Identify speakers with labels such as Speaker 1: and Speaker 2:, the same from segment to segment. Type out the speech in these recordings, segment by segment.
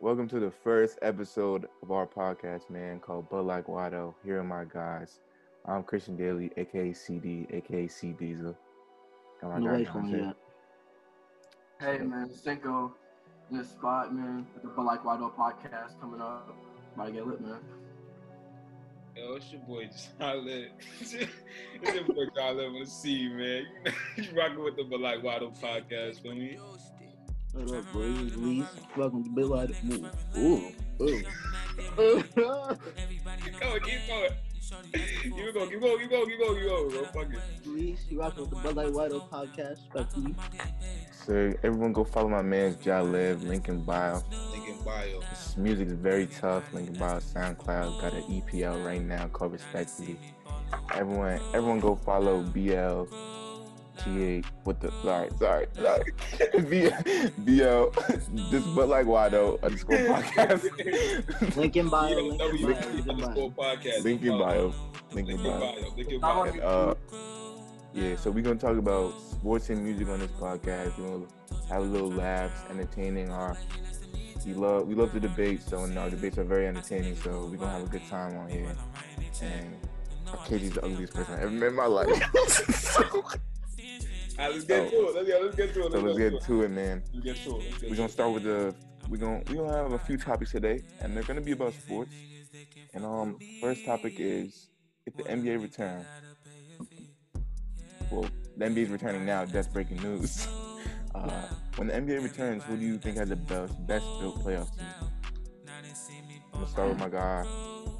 Speaker 1: Welcome to the first episode of our podcast, man, called Bud Like Wado. Here are my guys. I'm Christian Daly, aka CD, aka C Diesel. Got my guy,
Speaker 2: Nobody's
Speaker 1: John
Speaker 2: calling
Speaker 1: Jay.
Speaker 3: uh,
Speaker 2: you that.
Speaker 3: Hey man, Cinco in this spot, man. With the But Like Why Don't podcast coming up. About to get lit, man.
Speaker 4: Yo, it's your boy Jalen. it's your boy Jalen with a C, man. you rocking with the But Like Waddle podcast, feel me?
Speaker 2: What up, boys? We welcome to Bill Light Move. Ooh, ooh. ooh.
Speaker 4: Keep going, keep going. Keep going, keep going, keep going, keep going, keep going, bro. Fuck it.
Speaker 2: Luis, you rocking with the Bud Light White Oak podcast. Back to you.
Speaker 1: So everyone go follow my man's Jaleb, link in bio.
Speaker 4: Thinking bio.
Speaker 1: His music's very tough, link in bio, SoundCloud. Got an EP out right now called Respectfully. Everyone, everyone go follow BL. GA, what the? Sorry, sorry, sorry. B- BL, this but like Wado underscore podcast.
Speaker 2: Lincoln bio.
Speaker 4: Yo,
Speaker 2: Lincoln
Speaker 4: W E
Speaker 2: bio. Lincoln bio.
Speaker 4: underscore podcast.
Speaker 1: link in bio, link in
Speaker 4: Thinking
Speaker 1: bio.
Speaker 4: bio. Thinking
Speaker 3: I
Speaker 4: bio.
Speaker 3: want you-
Speaker 1: Uh, yeah, so we're gonna talk about sports and music on this podcast. We're gonna have a little laughs, entertaining. Our we love we love the debates, so and our debates are very entertaining. So we're gonna have a good time on here. And Katie's the ugliest person I ever met in my life. so
Speaker 4: All right, let's get to it. Let's get, let's get to it.
Speaker 1: Oh. let's get to it, man.
Speaker 4: Let's get to it. Let's get
Speaker 1: We're
Speaker 4: to
Speaker 1: gonna
Speaker 4: it.
Speaker 1: start with the we're gonna we're gonna have a few topics today, and they're gonna be about sports. And um, first topic is if the NBA return. Well, the NBA is returning now. That's breaking news. Uh, when the NBA returns, who do you think has the best best built playoff team? I'm gonna start with my guy,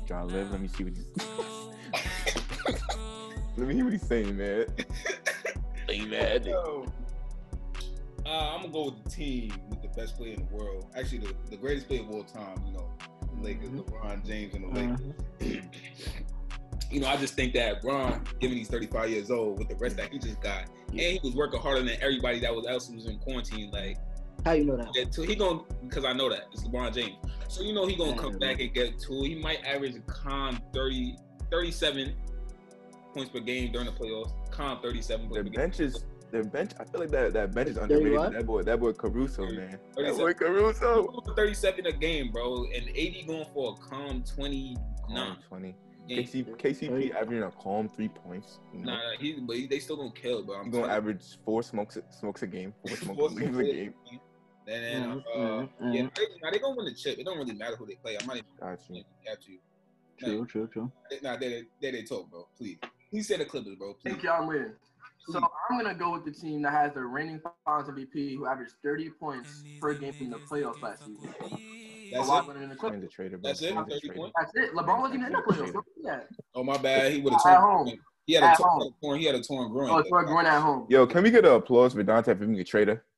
Speaker 1: John Liv. Let me see what he's. Let me hear what he's saying, man.
Speaker 4: Yo. Uh, I'm gonna go with the team with the best player in the world. Actually, the, the greatest player of all time. You know, the Lakers, LeBron James,
Speaker 2: Mm-hmm.
Speaker 4: and the
Speaker 2: Uh,
Speaker 4: Lakers. you know, I just think that Ron, given he's 35 years old, with the rest that he just got, and he was working harder than everybody that was else who was in quarantine. Like,
Speaker 2: How you know that?
Speaker 4: that too, he gonna because I know that it's LeBron James. So you know he gonna come back and get two. He might average a calm 30, 37 points per game during the playoffs. Calm 37 points
Speaker 1: Their
Speaker 4: per game.
Speaker 1: bench is their bench. I feel like that, that bench is
Speaker 2: Tell you
Speaker 1: underrated.
Speaker 2: what.
Speaker 1: That boy, that boy Caruso, man. That
Speaker 4: 37.
Speaker 1: boy Caruso.
Speaker 4: 37 a game, bro, and 80 going for a calm 29.
Speaker 1: Calm Twenty.
Speaker 4: game.
Speaker 1: KC,
Speaker 2: Hey.
Speaker 1: KCP averaging a calm three points. You
Speaker 4: Nah,
Speaker 1: know,
Speaker 4: nah, he, but he, they still gonna kill, bro. I'm
Speaker 1: I'm gonna
Speaker 4: telling
Speaker 1: average four smokes smokes a game. Four
Speaker 4: you.
Speaker 1: smokes
Speaker 4: Four
Speaker 1: leaves a
Speaker 4: six-
Speaker 1: game.
Speaker 4: And then,
Speaker 3: Mm-hmm,
Speaker 4: uh,
Speaker 2: Mhm, mhm,
Speaker 4: yeah,
Speaker 2: mhm.
Speaker 4: they, nah, they gonna win the chip. It don't really matter who they play. I'm not even
Speaker 1: Got you.
Speaker 4: gonna catch you.
Speaker 2: True, true, true.
Speaker 4: Nah, there they, there they talk, bro. Please. He said the Clippers, bro. Please.
Speaker 3: Thank y'all win. So I'm gonna go with the team that has the reigning Finals MVP, who averaged 30 points per game in the playoffs last season.
Speaker 4: That's
Speaker 3: a lot
Speaker 4: it.
Speaker 3: better than the Clippers.
Speaker 1: Man's a trader, bro.
Speaker 4: That's it.
Speaker 1: Man's a
Speaker 4: 30
Speaker 1: trader.
Speaker 4: points.
Speaker 3: That's it. LeBron wasn't even in the playoffs. Look at that.
Speaker 4: Oh my bad. He would have
Speaker 3: At
Speaker 4: torn.
Speaker 3: home.
Speaker 4: He had a
Speaker 3: At
Speaker 4: torn,
Speaker 3: home.
Speaker 4: torn. He had a torn groin.
Speaker 3: Oh, it's for going at home.
Speaker 1: Yo, can we get an applause for Dante for being a trader?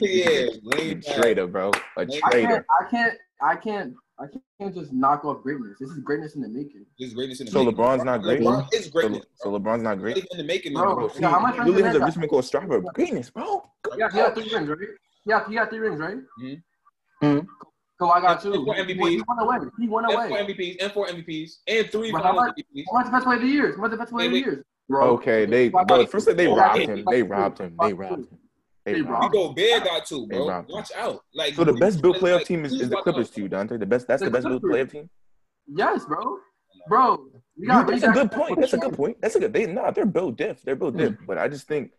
Speaker 4: yeah,
Speaker 1: A
Speaker 4: lame back.
Speaker 1: trader, bro. A
Speaker 4: Lame
Speaker 3: I can't.
Speaker 1: trader.
Speaker 3: I can't. I can't. I can't just knock off greatness. This is greatness in the making.
Speaker 4: Just greatness in the
Speaker 1: So
Speaker 4: making.
Speaker 1: LeBron's not great.
Speaker 4: LeBron is
Speaker 1: So,
Speaker 4: greatness.
Speaker 1: so LeBron's not
Speaker 4: Not
Speaker 1: great.
Speaker 4: even in the making,
Speaker 3: Bro,
Speaker 4: bro.
Speaker 3: yeah, how much
Speaker 1: He literally has a
Speaker 3: Ron's
Speaker 1: Richmond called Striper of greatness, bro.
Speaker 3: Yeah, he got three rings, right? Yeah, he got three rings, right?
Speaker 4: Mhm.
Speaker 2: Mhm.
Speaker 1: Mm-hmm.
Speaker 3: So I got
Speaker 4: That's
Speaker 3: two.
Speaker 4: for
Speaker 3: He-
Speaker 4: MVP.
Speaker 3: He won away. He won
Speaker 4: And
Speaker 3: away.
Speaker 4: four MVPs, and four MVPs, and three
Speaker 3: But how
Speaker 4: finals
Speaker 3: much-
Speaker 4: MVPs.
Speaker 3: What's the best player of the year? What's the best player of the
Speaker 4: Wait,
Speaker 3: year?
Speaker 1: Okay, they
Speaker 3: Why
Speaker 1: bro.
Speaker 3: not?
Speaker 1: First, they
Speaker 4: Why
Speaker 1: robbed
Speaker 4: not?
Speaker 1: him. They robbed him. They robbed him. They
Speaker 3: They
Speaker 1: robbed.
Speaker 4: You
Speaker 1: him.
Speaker 3: robbed
Speaker 4: go big, got two,
Speaker 1: Hey,
Speaker 4: bro.
Speaker 1: Rob.
Speaker 4: Watch out. Like
Speaker 1: So the best built
Speaker 4: like,
Speaker 1: playoff team is,
Speaker 4: please
Speaker 1: is the
Speaker 4: watch
Speaker 1: Clippers
Speaker 4: out.
Speaker 1: to you, Dante. The best. That's the
Speaker 3: The
Speaker 1: best built
Speaker 3: Clippers.
Speaker 1: playoff team.
Speaker 3: Yes, bro. Bro, we
Speaker 1: You-
Speaker 3: got
Speaker 1: that's a
Speaker 3: Reed
Speaker 1: good
Speaker 3: Jackson.
Speaker 1: point. That's a good point. That's a good. They nah, they're built diff. They're built diff. But I just think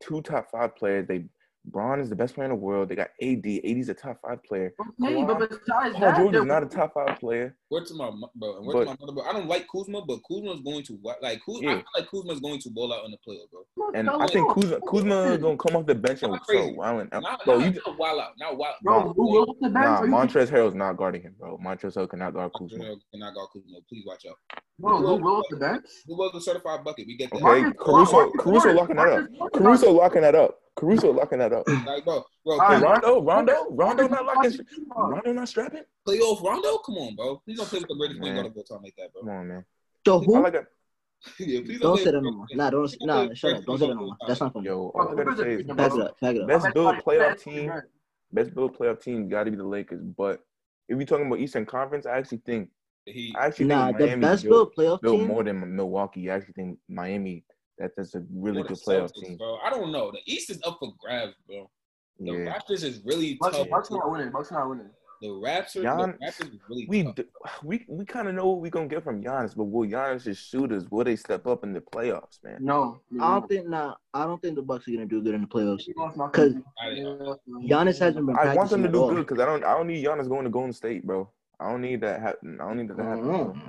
Speaker 1: two top five players. They Braun is the best player in the world. They got AD. AD's a top five player.
Speaker 3: Okay, but besides
Speaker 1: Paul
Speaker 3: that,
Speaker 1: George is
Speaker 3: they're-
Speaker 1: not a top five player.
Speaker 4: Word to my mo- bro, and word
Speaker 1: But-
Speaker 4: to my mother, bro. I don't like Kuzma, but Kuzma's going to wa- like Kuzma. I
Speaker 1: Yeah.
Speaker 4: feel like Kuzma's going to bowl out on the playoff, bro.
Speaker 1: And
Speaker 3: No,
Speaker 1: I think
Speaker 3: no.
Speaker 1: Kuzma Kuzma gonna come off the bench and
Speaker 4: Not
Speaker 1: throw
Speaker 4: crazy.
Speaker 1: wilding out.
Speaker 4: Not,
Speaker 1: Bro,
Speaker 4: not,
Speaker 1: you
Speaker 4: not wild out, not wild.
Speaker 3: Bro, who will the bench?
Speaker 1: nah.
Speaker 3: Are you-
Speaker 1: Montrezl Harrell's not guarding him, bro. Montrezl Harrell cannot guard Kuzma.
Speaker 4: Kuzma. Cannot guard Kuzma. Please watch out.
Speaker 3: Bro, who will the bench?
Speaker 4: Who was the certified bucket? We get that.
Speaker 1: Okay,
Speaker 3: Marcus-
Speaker 1: Caruso.
Speaker 3: Marcus
Speaker 1: Caruso
Speaker 3: Morris.
Speaker 1: locking that up.
Speaker 3: Marcus Morris.
Speaker 1: Caruso locking that up. Caruso locking that up.
Speaker 4: Like, bro, bro,
Speaker 3: All right.
Speaker 1: Rondo, Rondo, Rondo not locking.
Speaker 3: Marcus Morris.
Speaker 1: Rondo not strapping.
Speaker 4: playoff Rondo? Come on, bro. Please don't play with the greatest point
Speaker 1: Man.
Speaker 4: guard of all time like that,
Speaker 1: Come
Speaker 4: bro.
Speaker 1: on, man.
Speaker 2: So
Speaker 1: I
Speaker 2: who?
Speaker 1: like that.
Speaker 4: yeah, please
Speaker 2: Don't
Speaker 4: play with
Speaker 2: say that
Speaker 4: the
Speaker 2: no more.
Speaker 4: greatest-
Speaker 2: Nah, don't. Nah, shut up. Don't say that no more. That's not funny.
Speaker 1: Yo, uh, all I gotta say is
Speaker 2: Pack it up. Pack it up.
Speaker 1: Best built
Speaker 3: Everybody-
Speaker 1: playoff team, best built playoff team got to be the Lakers. But if you're talking about Eastern Conference, I actually think
Speaker 4: He,
Speaker 1: I actually
Speaker 2: Nah,
Speaker 1: think
Speaker 2: the
Speaker 1: Miami
Speaker 2: best
Speaker 1: built,
Speaker 2: built playoff
Speaker 1: built
Speaker 2: team.
Speaker 1: more than Milwaukee. I actually think Miami that that's a really
Speaker 4: What
Speaker 1: good
Speaker 4: a
Speaker 1: playoff
Speaker 4: Celtics,
Speaker 1: team.
Speaker 4: bro. I don't know. The East is up for grabs, bro. The
Speaker 1: Yeah,
Speaker 4: Raptors is really
Speaker 3: Bucks
Speaker 4: tough.
Speaker 3: Bucks not winning. Bucks not winning.
Speaker 4: The Raptors,
Speaker 1: Gian-
Speaker 4: the Raptors is really
Speaker 1: We
Speaker 4: tough.
Speaker 1: d- we we kind of know what we're gonna get from Giannis, but will Giannis's shooters will they step up in the playoffs, man?
Speaker 3: No,
Speaker 2: I don't think nah, I don't think the Bucks are gonna do good in the playoffs.
Speaker 3: He lost my-
Speaker 2: Cause
Speaker 4: I-
Speaker 2: Giannis hasn't been.
Speaker 1: I want them to
Speaker 2: practicing
Speaker 1: do
Speaker 2: at
Speaker 1: good
Speaker 2: all.
Speaker 1: because I don't I don't need Giannis going to Golden State, bro. I don't need that happen. I don't need that to
Speaker 2: I
Speaker 1: happen.
Speaker 2: don't know.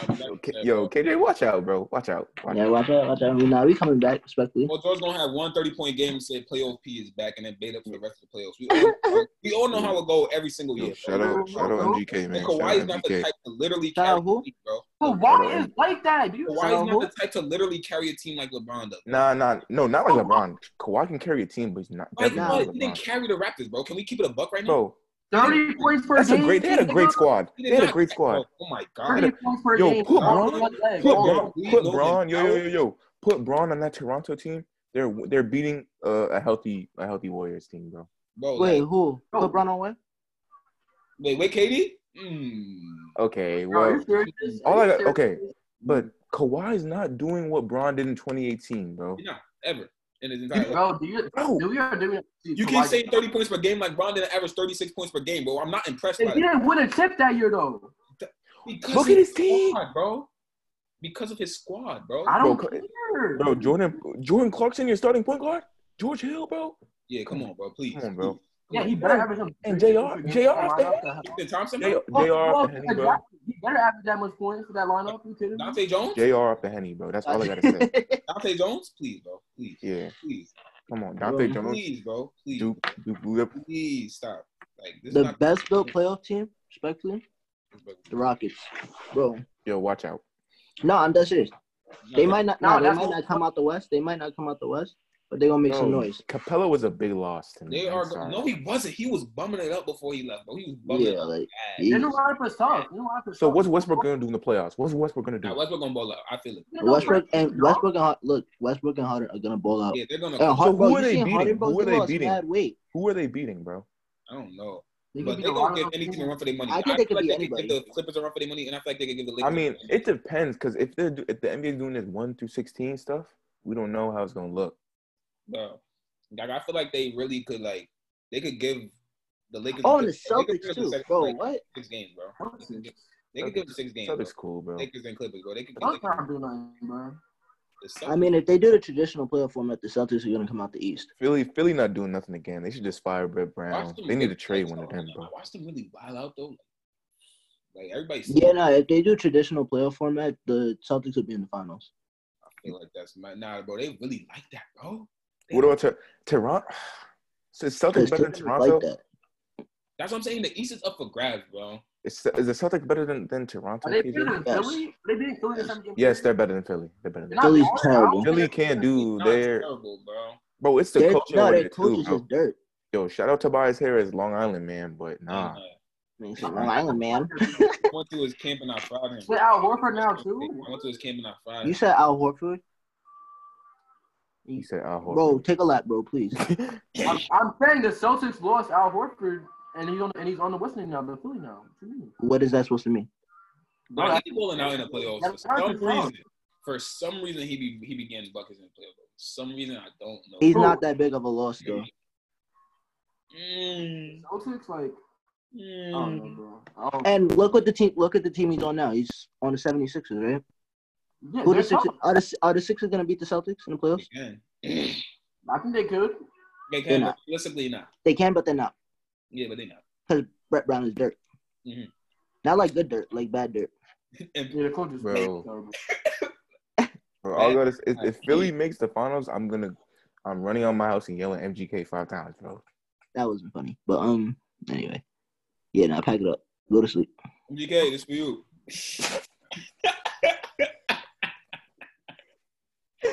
Speaker 4: I
Speaker 1: Yo,
Speaker 4: like
Speaker 1: K-
Speaker 4: that,
Speaker 1: yo,
Speaker 4: bro.
Speaker 1: KJ, watch out, bro. Watch out. Watch
Speaker 2: Yeah,
Speaker 1: out.
Speaker 2: watch out, watch out. We nah, we coming back respectfully.
Speaker 4: Well, George gonna have one 30 point game and say playoff P is back and then bait up for the rest of the playoffs. We all, we all know how it go every single
Speaker 1: Yo,
Speaker 4: year.
Speaker 1: shout
Speaker 4: bro.
Speaker 1: out, shout out MGK, man.
Speaker 4: And
Speaker 1: Shout
Speaker 4: Kawhi is
Speaker 1: out
Speaker 4: not the
Speaker 1: MGK.
Speaker 4: type to literally
Speaker 2: Shout
Speaker 4: carry
Speaker 2: out who?
Speaker 4: a team, bro.
Speaker 3: But Oh, why is like that? Do you
Speaker 4: Kawhi
Speaker 3: know
Speaker 4: is
Speaker 3: who?
Speaker 4: not the type to literally carry a team like LeBron does.
Speaker 1: Nah, nah, no, not
Speaker 4: Oh.
Speaker 1: like LeBron. Kawhi can carry a team, but he's not.
Speaker 4: Like,
Speaker 1: definitely not
Speaker 4: what? He didn't
Speaker 1: LeBron.
Speaker 4: carry the Raptors, bro. Can we keep it a buck right now?
Speaker 1: Bro,
Speaker 3: Thirty points per
Speaker 1: that's a
Speaker 3: game.
Speaker 1: great. They had a great squad.
Speaker 4: He
Speaker 1: They
Speaker 4: did
Speaker 1: had a
Speaker 4: not-
Speaker 1: great squad.
Speaker 4: Oh, my God.
Speaker 3: Thirty points per
Speaker 1: Yo,
Speaker 3: game.
Speaker 1: put
Speaker 3: Bro,
Speaker 1: Bron-
Speaker 3: one
Speaker 1: Put
Speaker 3: leg,
Speaker 4: Bro,
Speaker 3: bro.
Speaker 1: Braun,
Speaker 4: we
Speaker 1: put
Speaker 4: know
Speaker 1: Braun,
Speaker 4: that
Speaker 1: yo, yo, yo, yo, put Braun on that Toronto team. They're they're beating uh, a healthy a healthy Warriors team, bro.
Speaker 4: Bro,
Speaker 2: Wait,
Speaker 4: like,
Speaker 2: who?
Speaker 3: Bro.
Speaker 2: LeBron on what?
Speaker 4: wait, wait, Katie? Mm.
Speaker 1: Okay,
Speaker 3: Bro, are
Speaker 1: well,
Speaker 3: you serious?
Speaker 1: all
Speaker 3: Are
Speaker 1: I
Speaker 3: you
Speaker 1: got,
Speaker 3: serious?
Speaker 1: okay, but Kawhi is not doing what Braun did in 2018, bro.
Speaker 4: You're not, ever. In his entire life.
Speaker 3: Bro, do you
Speaker 1: Bro,
Speaker 3: do you ever do
Speaker 4: You keep saying 30 points per game like Bron didn't average 36 points per game, bro. I'm not impressed by
Speaker 3: He
Speaker 4: that.
Speaker 3: didn't win a chip that year though.
Speaker 4: Because
Speaker 1: Look
Speaker 4: of
Speaker 1: at his team.
Speaker 4: squad, bro. Because of his squad, bro.
Speaker 3: I don't
Speaker 1: Bro,
Speaker 3: care.
Speaker 1: bro, Jordan Jordan Clarkson, your starting point guard, George Hill, bro,
Speaker 4: Yeah, come on, bro. Please.
Speaker 1: Come on, bro.
Speaker 3: yeah, he better average him.
Speaker 1: and JR, JR, off the
Speaker 3: Fuck,
Speaker 1: bench.
Speaker 4: Ethan Thompson,
Speaker 1: J-
Speaker 4: bro?
Speaker 1: JR off
Speaker 3: fuck,
Speaker 1: the henny, bro.
Speaker 3: He better average that much points for that lineup. You kidding me?
Speaker 4: Dante Jones?
Speaker 1: JR off the henny, bro. That's all I gotta say.
Speaker 4: Dante Jones? Please, bro. Please.
Speaker 1: Yeah,
Speaker 4: Please.
Speaker 1: come on, Dante Jones,
Speaker 4: Please, bro. Please.
Speaker 1: Duke, Duke, Lillard.
Speaker 4: Please stop. Like this is
Speaker 2: the
Speaker 4: not
Speaker 2: best built playoff team, respectfully, the Rockets. Bro,
Speaker 1: Yo, watch out.
Speaker 2: no, I'm dead serious. They might not.
Speaker 3: No,
Speaker 2: No, they
Speaker 3: that's
Speaker 2: might
Speaker 3: what-
Speaker 2: not come out the West. They might not come out the West, but they gonna make some
Speaker 1: Bro,
Speaker 2: noise.
Speaker 1: Capella was a big loss to me.
Speaker 4: They
Speaker 1: I'm
Speaker 4: are
Speaker 1: sorry.
Speaker 4: no, he wasn't. He was bumming it up before he left, bro. He was bumming it
Speaker 2: Yeah,
Speaker 4: up.
Speaker 2: like
Speaker 4: bad.
Speaker 2: he-
Speaker 3: They're the lineup is tough. They're the lineup is
Speaker 1: So
Speaker 3: tough.
Speaker 1: what's Westbrook gonna do in the playoffs? What's Westbrook gonna
Speaker 4: Nah,
Speaker 1: do?
Speaker 4: Westbrook gonna ball out. I feel it.
Speaker 3: You know,
Speaker 2: Westbrook
Speaker 3: like,
Speaker 2: and Westbrook and Hard- look, Westbrook and Harden are gonna bowl out.
Speaker 4: Yeah, they're gonna.
Speaker 2: And Hard-
Speaker 1: who
Speaker 2: bro,
Speaker 1: are
Speaker 2: you
Speaker 1: they
Speaker 2: seen
Speaker 1: beating?
Speaker 2: Harden, bro,
Speaker 1: Who are
Speaker 2: he
Speaker 1: they
Speaker 2: lost
Speaker 1: beating?
Speaker 2: mad weight.
Speaker 1: Who are they beating, bro?
Speaker 4: I don't know,
Speaker 3: They
Speaker 4: but
Speaker 3: could be
Speaker 4: they
Speaker 3: the
Speaker 4: gonna give
Speaker 3: lineup.
Speaker 4: anything a run for their money.
Speaker 2: I think they could be
Speaker 4: like they could give
Speaker 2: anybody.
Speaker 4: the Clippers a run for their money, and I feel like they could give the
Speaker 1: I
Speaker 4: Lakers.
Speaker 1: mean, it depends because if they're do- if the NBA is doing this one through sixteen stuff, we don't know how it's gonna look.
Speaker 4: bro. Like I feel like they really could like they could give the Lakers.
Speaker 2: Oh, and the
Speaker 4: Lakers
Speaker 2: Celtics
Speaker 4: could
Speaker 2: too,
Speaker 4: give
Speaker 2: bro.
Speaker 4: like,
Speaker 2: What?
Speaker 4: Six games, bro.
Speaker 3: Celtics.
Speaker 4: They could give them six games.
Speaker 1: So
Speaker 4: bro.
Speaker 1: it's cool, bro.
Speaker 4: Lakers and Clippers, bro. They could.
Speaker 3: Those
Speaker 4: Give
Speaker 3: not do nothing, bro.
Speaker 4: the Celtics.
Speaker 2: I mean, if they do the traditional playoff format, the Celtics are gonna come out the East.
Speaker 1: Philly, Philly not doing nothing again. They should just fire Brett Brown.
Speaker 4: Watch them
Speaker 1: They need
Speaker 4: really
Speaker 1: to trade
Speaker 4: wild
Speaker 1: one of
Speaker 4: out,
Speaker 1: them,
Speaker 4: man.
Speaker 1: bro.
Speaker 4: I watched them really wild out though. Like everybody's
Speaker 2: Yeah, no, if they do traditional playoff format, the Celtics will be in the finals.
Speaker 4: I feel like that's my nah, bro. They really like that, bro. They-
Speaker 1: What about Tor- Toronto? So is Celtics
Speaker 2: Because
Speaker 1: better than
Speaker 2: teams like
Speaker 1: Toronto?
Speaker 2: that.
Speaker 4: That's what I'm saying. The East is up for grabs, bro.
Speaker 1: Is, is the Celtics better than, than Toronto?
Speaker 3: Are they
Speaker 1: KJ?
Speaker 3: beating Philly?
Speaker 2: Yes.
Speaker 3: Are they beating Philly in some games?
Speaker 1: Yes, they're better than Philly. They're better
Speaker 3: They're
Speaker 1: than
Speaker 3: not
Speaker 2: Philly's
Speaker 3: bad.
Speaker 2: terrible.
Speaker 1: Philly can't do
Speaker 4: Not
Speaker 1: their
Speaker 4: terrible, bro.
Speaker 1: bro. It's the
Speaker 2: Their-
Speaker 1: culture.
Speaker 2: no,
Speaker 1: with
Speaker 2: their
Speaker 1: it, too,
Speaker 2: coaches
Speaker 1: bro.
Speaker 2: is dirt.
Speaker 1: Yo, shout out Tobias Harris, Long Island man, but nah.
Speaker 2: I mean, it's Long Island, man.
Speaker 4: Uh, I went to his camp and I fried him.
Speaker 3: Wait, Al Horford now, too?
Speaker 4: I went to his camp and I fried
Speaker 2: You
Speaker 4: him.
Speaker 2: said Al Horford,
Speaker 1: He said Al
Speaker 2: bro.
Speaker 1: Horford.
Speaker 2: Take a lap, bro, please.
Speaker 3: I'm, I'm saying the Celtics lost Al Horford, and he's on and he's on the Western now, the Philly now. What you mean?
Speaker 2: What is that supposed to mean?
Speaker 4: Bro, he be balling out in the playoffs for
Speaker 3: That's not
Speaker 4: some
Speaker 3: the problem.
Speaker 4: reason. For some reason, he be he began buckets in the playoffs. For some reason, I don't know.
Speaker 2: He's not that big of a loss, though.
Speaker 4: Mm,
Speaker 3: Celtics like I don't know,
Speaker 4: mm.
Speaker 3: bro. I don't,
Speaker 2: And look what the team. Look at the team he's on now. He's on the 76ers, right?
Speaker 3: yeah,
Speaker 2: Who the
Speaker 3: they're
Speaker 2: six
Speaker 3: tough.
Speaker 2: are the are the Sixers gonna beat the Celtics in the playoffs?
Speaker 4: They
Speaker 3: I think they could.
Speaker 4: can,
Speaker 2: They're
Speaker 4: they
Speaker 2: not.
Speaker 4: realistically not.
Speaker 2: They can, but they're not
Speaker 4: Yeah, but they not.
Speaker 2: because Brett Brown is dirt.
Speaker 1: Mm-hmm.
Speaker 4: Mhm.
Speaker 2: Not like good dirt, like bad dirt.
Speaker 4: And
Speaker 3: Yeah, the coach is
Speaker 1: Bro.
Speaker 3: terrible.
Speaker 1: Bro, I'll go to, if, if Philly makes the finals, I'm gonna I'm running on my house and yelling MGK five times, bro.
Speaker 2: That wasn't funny, but um, anyway, yeah. Now pack it up. Go to sleep.
Speaker 4: MGK, this for you.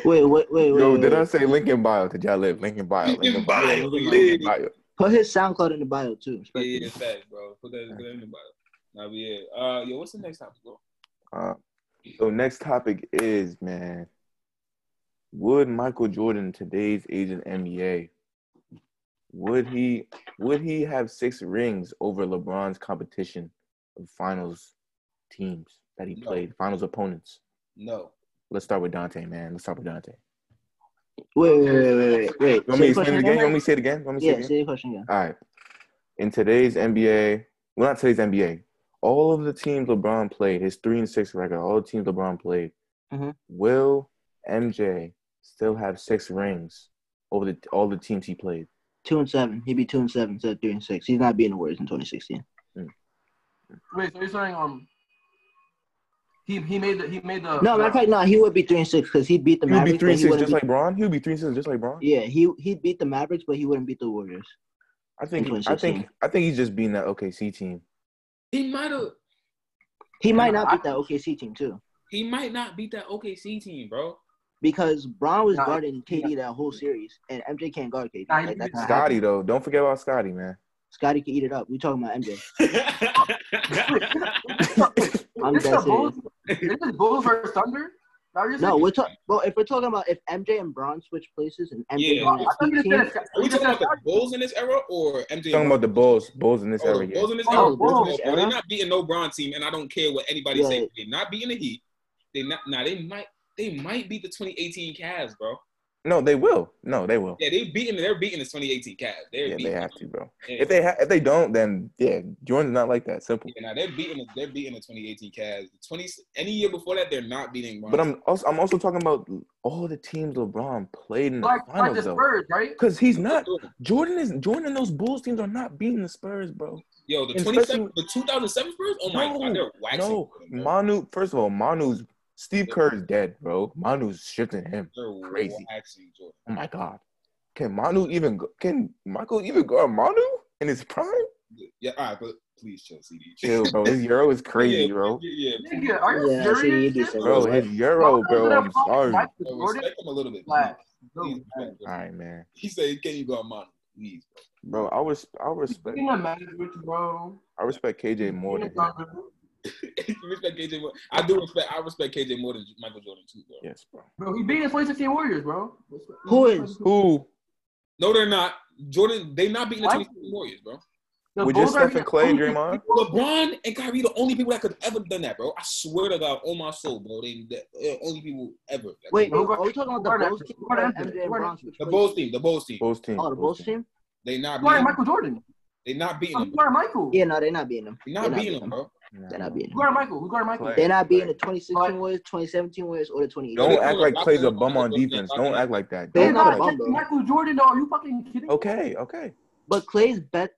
Speaker 2: Wait, wait, wait, wait.
Speaker 1: Yo,
Speaker 2: wait,
Speaker 1: did I
Speaker 2: wait.
Speaker 1: say Lincoln bio? Did y'all live Lincoln bio? Lincoln
Speaker 4: Lincoln
Speaker 1: bio.
Speaker 4: bio,
Speaker 1: Lincoln
Speaker 4: please.
Speaker 1: bio.
Speaker 2: Put his SoundCloud in the bio too.
Speaker 4: Yeah,
Speaker 2: respectfully.
Speaker 4: yeah, facts, bro. Put that, put that in the bottle. Nah, but yeah. Uh, yo, what's the next topic, bro?
Speaker 1: Uh, so next topic is man, would Michael Jordan today's age in NBA? Would he would he have six rings over LeBron's competition of finals teams that he
Speaker 4: No.
Speaker 1: played, finals opponents?
Speaker 4: No.
Speaker 1: Let's start with Dante, man. Let's start with Dante.
Speaker 2: Wait, wait, wait, wait, wait. wait.
Speaker 1: You want me to
Speaker 2: Say the question
Speaker 1: explain it again? You
Speaker 2: again?
Speaker 1: want me to say it again? You want me to say it
Speaker 2: Yeah,
Speaker 1: again?
Speaker 2: say the question again.
Speaker 1: All right. In today's NBA, well, not today's NBA. All of the teams LeBron played, his three and six record, all the teams LeBron played,
Speaker 2: Mm-hmm.
Speaker 3: Mhm.
Speaker 1: will MJ still have six rings over the, all the teams he played?
Speaker 2: Two and seven. He'd be two and seven instead of three and six. He's not being the Warriors in 2016.
Speaker 3: Wait, so you're saying um, he he made the he made the
Speaker 2: No, matter of fact, no, he would be three and six because he beat the
Speaker 1: He would
Speaker 2: Mavericks.
Speaker 1: be three
Speaker 2: but
Speaker 1: and
Speaker 2: he
Speaker 1: six
Speaker 2: wouldn't
Speaker 1: just
Speaker 2: beat-
Speaker 1: like Braun. He would be three and six just like Braun.
Speaker 2: yeah, he he beat the Mavericks, but he wouldn't beat the Warriors.
Speaker 1: I think
Speaker 2: That's what
Speaker 1: I
Speaker 2: I'm saying.
Speaker 1: think I think he's just being that OKC team.
Speaker 4: He might have.
Speaker 2: He might not beat that OKC team too
Speaker 4: He might not beat that OKC team, bro.
Speaker 2: because Braun was
Speaker 3: Nah,
Speaker 2: guarding KD that whole series, and MJ can't guard KD.
Speaker 3: Nah, he
Speaker 2: Like,
Speaker 3: beat
Speaker 2: that's not happening.
Speaker 1: Scotty though, don't forget about Scotty, man.
Speaker 2: Scotty can eat it up. We talking about MJ. I'm
Speaker 3: This
Speaker 2: dead
Speaker 3: the Bulls.
Speaker 2: serious.
Speaker 3: Is this Bulls versus Thunder? No, you're
Speaker 2: No,
Speaker 3: saying-
Speaker 2: we're talking. Well, if we're talking about if MJ and Braun switch places and MJ
Speaker 4: Yeah.
Speaker 2: on
Speaker 3: I thought you
Speaker 2: that
Speaker 3: just
Speaker 2: team,
Speaker 3: said-
Speaker 4: Are we
Speaker 3: you just
Speaker 4: talking
Speaker 3: said
Speaker 4: about the Bulls in this era or MJ?
Speaker 1: Talking about the Bulls, Bulls in this
Speaker 4: Oh,
Speaker 1: area.
Speaker 4: the Bulls in this
Speaker 3: Oh,
Speaker 4: era. Bulls in
Speaker 2: Bulls
Speaker 4: this era. They're
Speaker 2: era.
Speaker 4: not beating no Bron team, and I don't care what anybody
Speaker 2: Yeah.
Speaker 4: say. They're not beating the Heat. They not. Now they might. They might beat the 2018 Cavs, bro.
Speaker 1: No, they will. No, they will.
Speaker 4: Yeah, they beating. They're beating the 2018 Cavs. They're
Speaker 1: Yeah,
Speaker 4: beating.
Speaker 1: they have to, bro.
Speaker 4: yeah.
Speaker 1: If they ha- if they don't, then yeah, Jordan's not like that. Simple.
Speaker 4: Yeah, now they're beating. The, they're beating the 2018 Cavs. The 20 any year before that, they're not beating. Bron.
Speaker 1: But I'm also I'm also talking about all the teams LeBron played in the
Speaker 3: like like the
Speaker 1: finals though.
Speaker 3: Spurs, right?
Speaker 1: Because he's not Jordan is Jordan and those Bulls teams are not beating the Spurs, bro.
Speaker 4: Yo, the
Speaker 1: And
Speaker 4: 27, the 2007 Spurs. Oh my
Speaker 1: No,
Speaker 4: god, they're waxing.
Speaker 1: No,
Speaker 4: them, bro.
Speaker 1: Manu. First of all, Manu's Steve Kerr's dead, bro. Manu's shifting him.
Speaker 4: they're
Speaker 1: crazy.
Speaker 4: waxing Jordan.
Speaker 1: Oh my god, can Manu even go- can Michael even guard Manu in his prime?
Speaker 4: Yeah, all right, but please chill, CD.
Speaker 1: Chill, bro. His euro is crazy,
Speaker 4: Yeah,
Speaker 1: bro.
Speaker 4: Yeah, yeah. please.
Speaker 3: Nigga, are you
Speaker 2: Yeah, I see you
Speaker 3: serious?
Speaker 2: do say-
Speaker 1: Bro, his euro, bro. I'm sorry. All
Speaker 4: Yo,
Speaker 3: Jordan
Speaker 4: respect him a little bit.
Speaker 3: Black.
Speaker 4: Please,
Speaker 3: Dude,
Speaker 4: respect him.
Speaker 1: right, man.
Speaker 4: He said, "Can you go on Manu? Please,
Speaker 1: Bro,
Speaker 4: bro.
Speaker 1: I was I respect
Speaker 3: Being a Mavericks, bro.
Speaker 1: I respect KJ
Speaker 3: Mm-hmm.
Speaker 1: more than him.
Speaker 4: You respect KJ more. I do respect. I respect KJ more than Michael Jordan too, bro.
Speaker 1: Yes, bro.
Speaker 3: Bro, he beat the 2016 Warriors, bro.
Speaker 2: Who is?
Speaker 1: Who?
Speaker 4: No, they're not. Jordan, they not beating the
Speaker 3: What?
Speaker 4: 2016 Warriors, bro.
Speaker 3: The
Speaker 1: With
Speaker 3: Bulls
Speaker 1: just
Speaker 3: are
Speaker 1: Stephen
Speaker 3: beating
Speaker 1: Clay and
Speaker 3: the-
Speaker 1: Draymond?
Speaker 4: LeBron and Kyrie, the only people that could have ever done that, bro. I swear to God, on my soul, bro. They the they're only people ever. Like,
Speaker 2: Wait,
Speaker 3: Who
Speaker 2: are we talking about
Speaker 3: guard
Speaker 2: the Bulls
Speaker 3: that-
Speaker 2: team?
Speaker 3: who
Speaker 2: or
Speaker 3: guard that-
Speaker 2: MJ and
Speaker 3: who guard
Speaker 2: Braun
Speaker 3: that-
Speaker 2: switch
Speaker 4: the
Speaker 2: places?
Speaker 4: Bulls team, the Bulls team.
Speaker 1: Bulls team.
Speaker 2: Oh, the Bulls team.
Speaker 4: They not
Speaker 3: You are
Speaker 4: beating.
Speaker 3: Michael Jordan.
Speaker 4: They not beating them.
Speaker 3: You are Michael.
Speaker 2: Yeah, no, they're not beating them.
Speaker 4: They
Speaker 2: They're
Speaker 4: not beating them, bro.
Speaker 1: Nah.
Speaker 2: They're not beating
Speaker 3: You
Speaker 2: them.
Speaker 3: are Michael. Who guard Michael?
Speaker 1: Clay.
Speaker 2: They're not beating the 2016 Warriors, 2017 Warriors, or the 2018.
Speaker 1: Don't
Speaker 4: They're
Speaker 1: act
Speaker 4: doing
Speaker 1: like
Speaker 4: a lot
Speaker 1: Clay's a
Speaker 4: better
Speaker 1: bum
Speaker 4: than
Speaker 1: on
Speaker 4: those teams.
Speaker 1: defense. Don't act like that.
Speaker 3: They're
Speaker 1: Don't
Speaker 3: not
Speaker 1: act
Speaker 2: Bum,
Speaker 1: like
Speaker 3: beating
Speaker 2: bro.
Speaker 3: Michael Jordan, though. Are you fucking kidding? me?
Speaker 1: Okay, okay.
Speaker 2: But Clay's bet,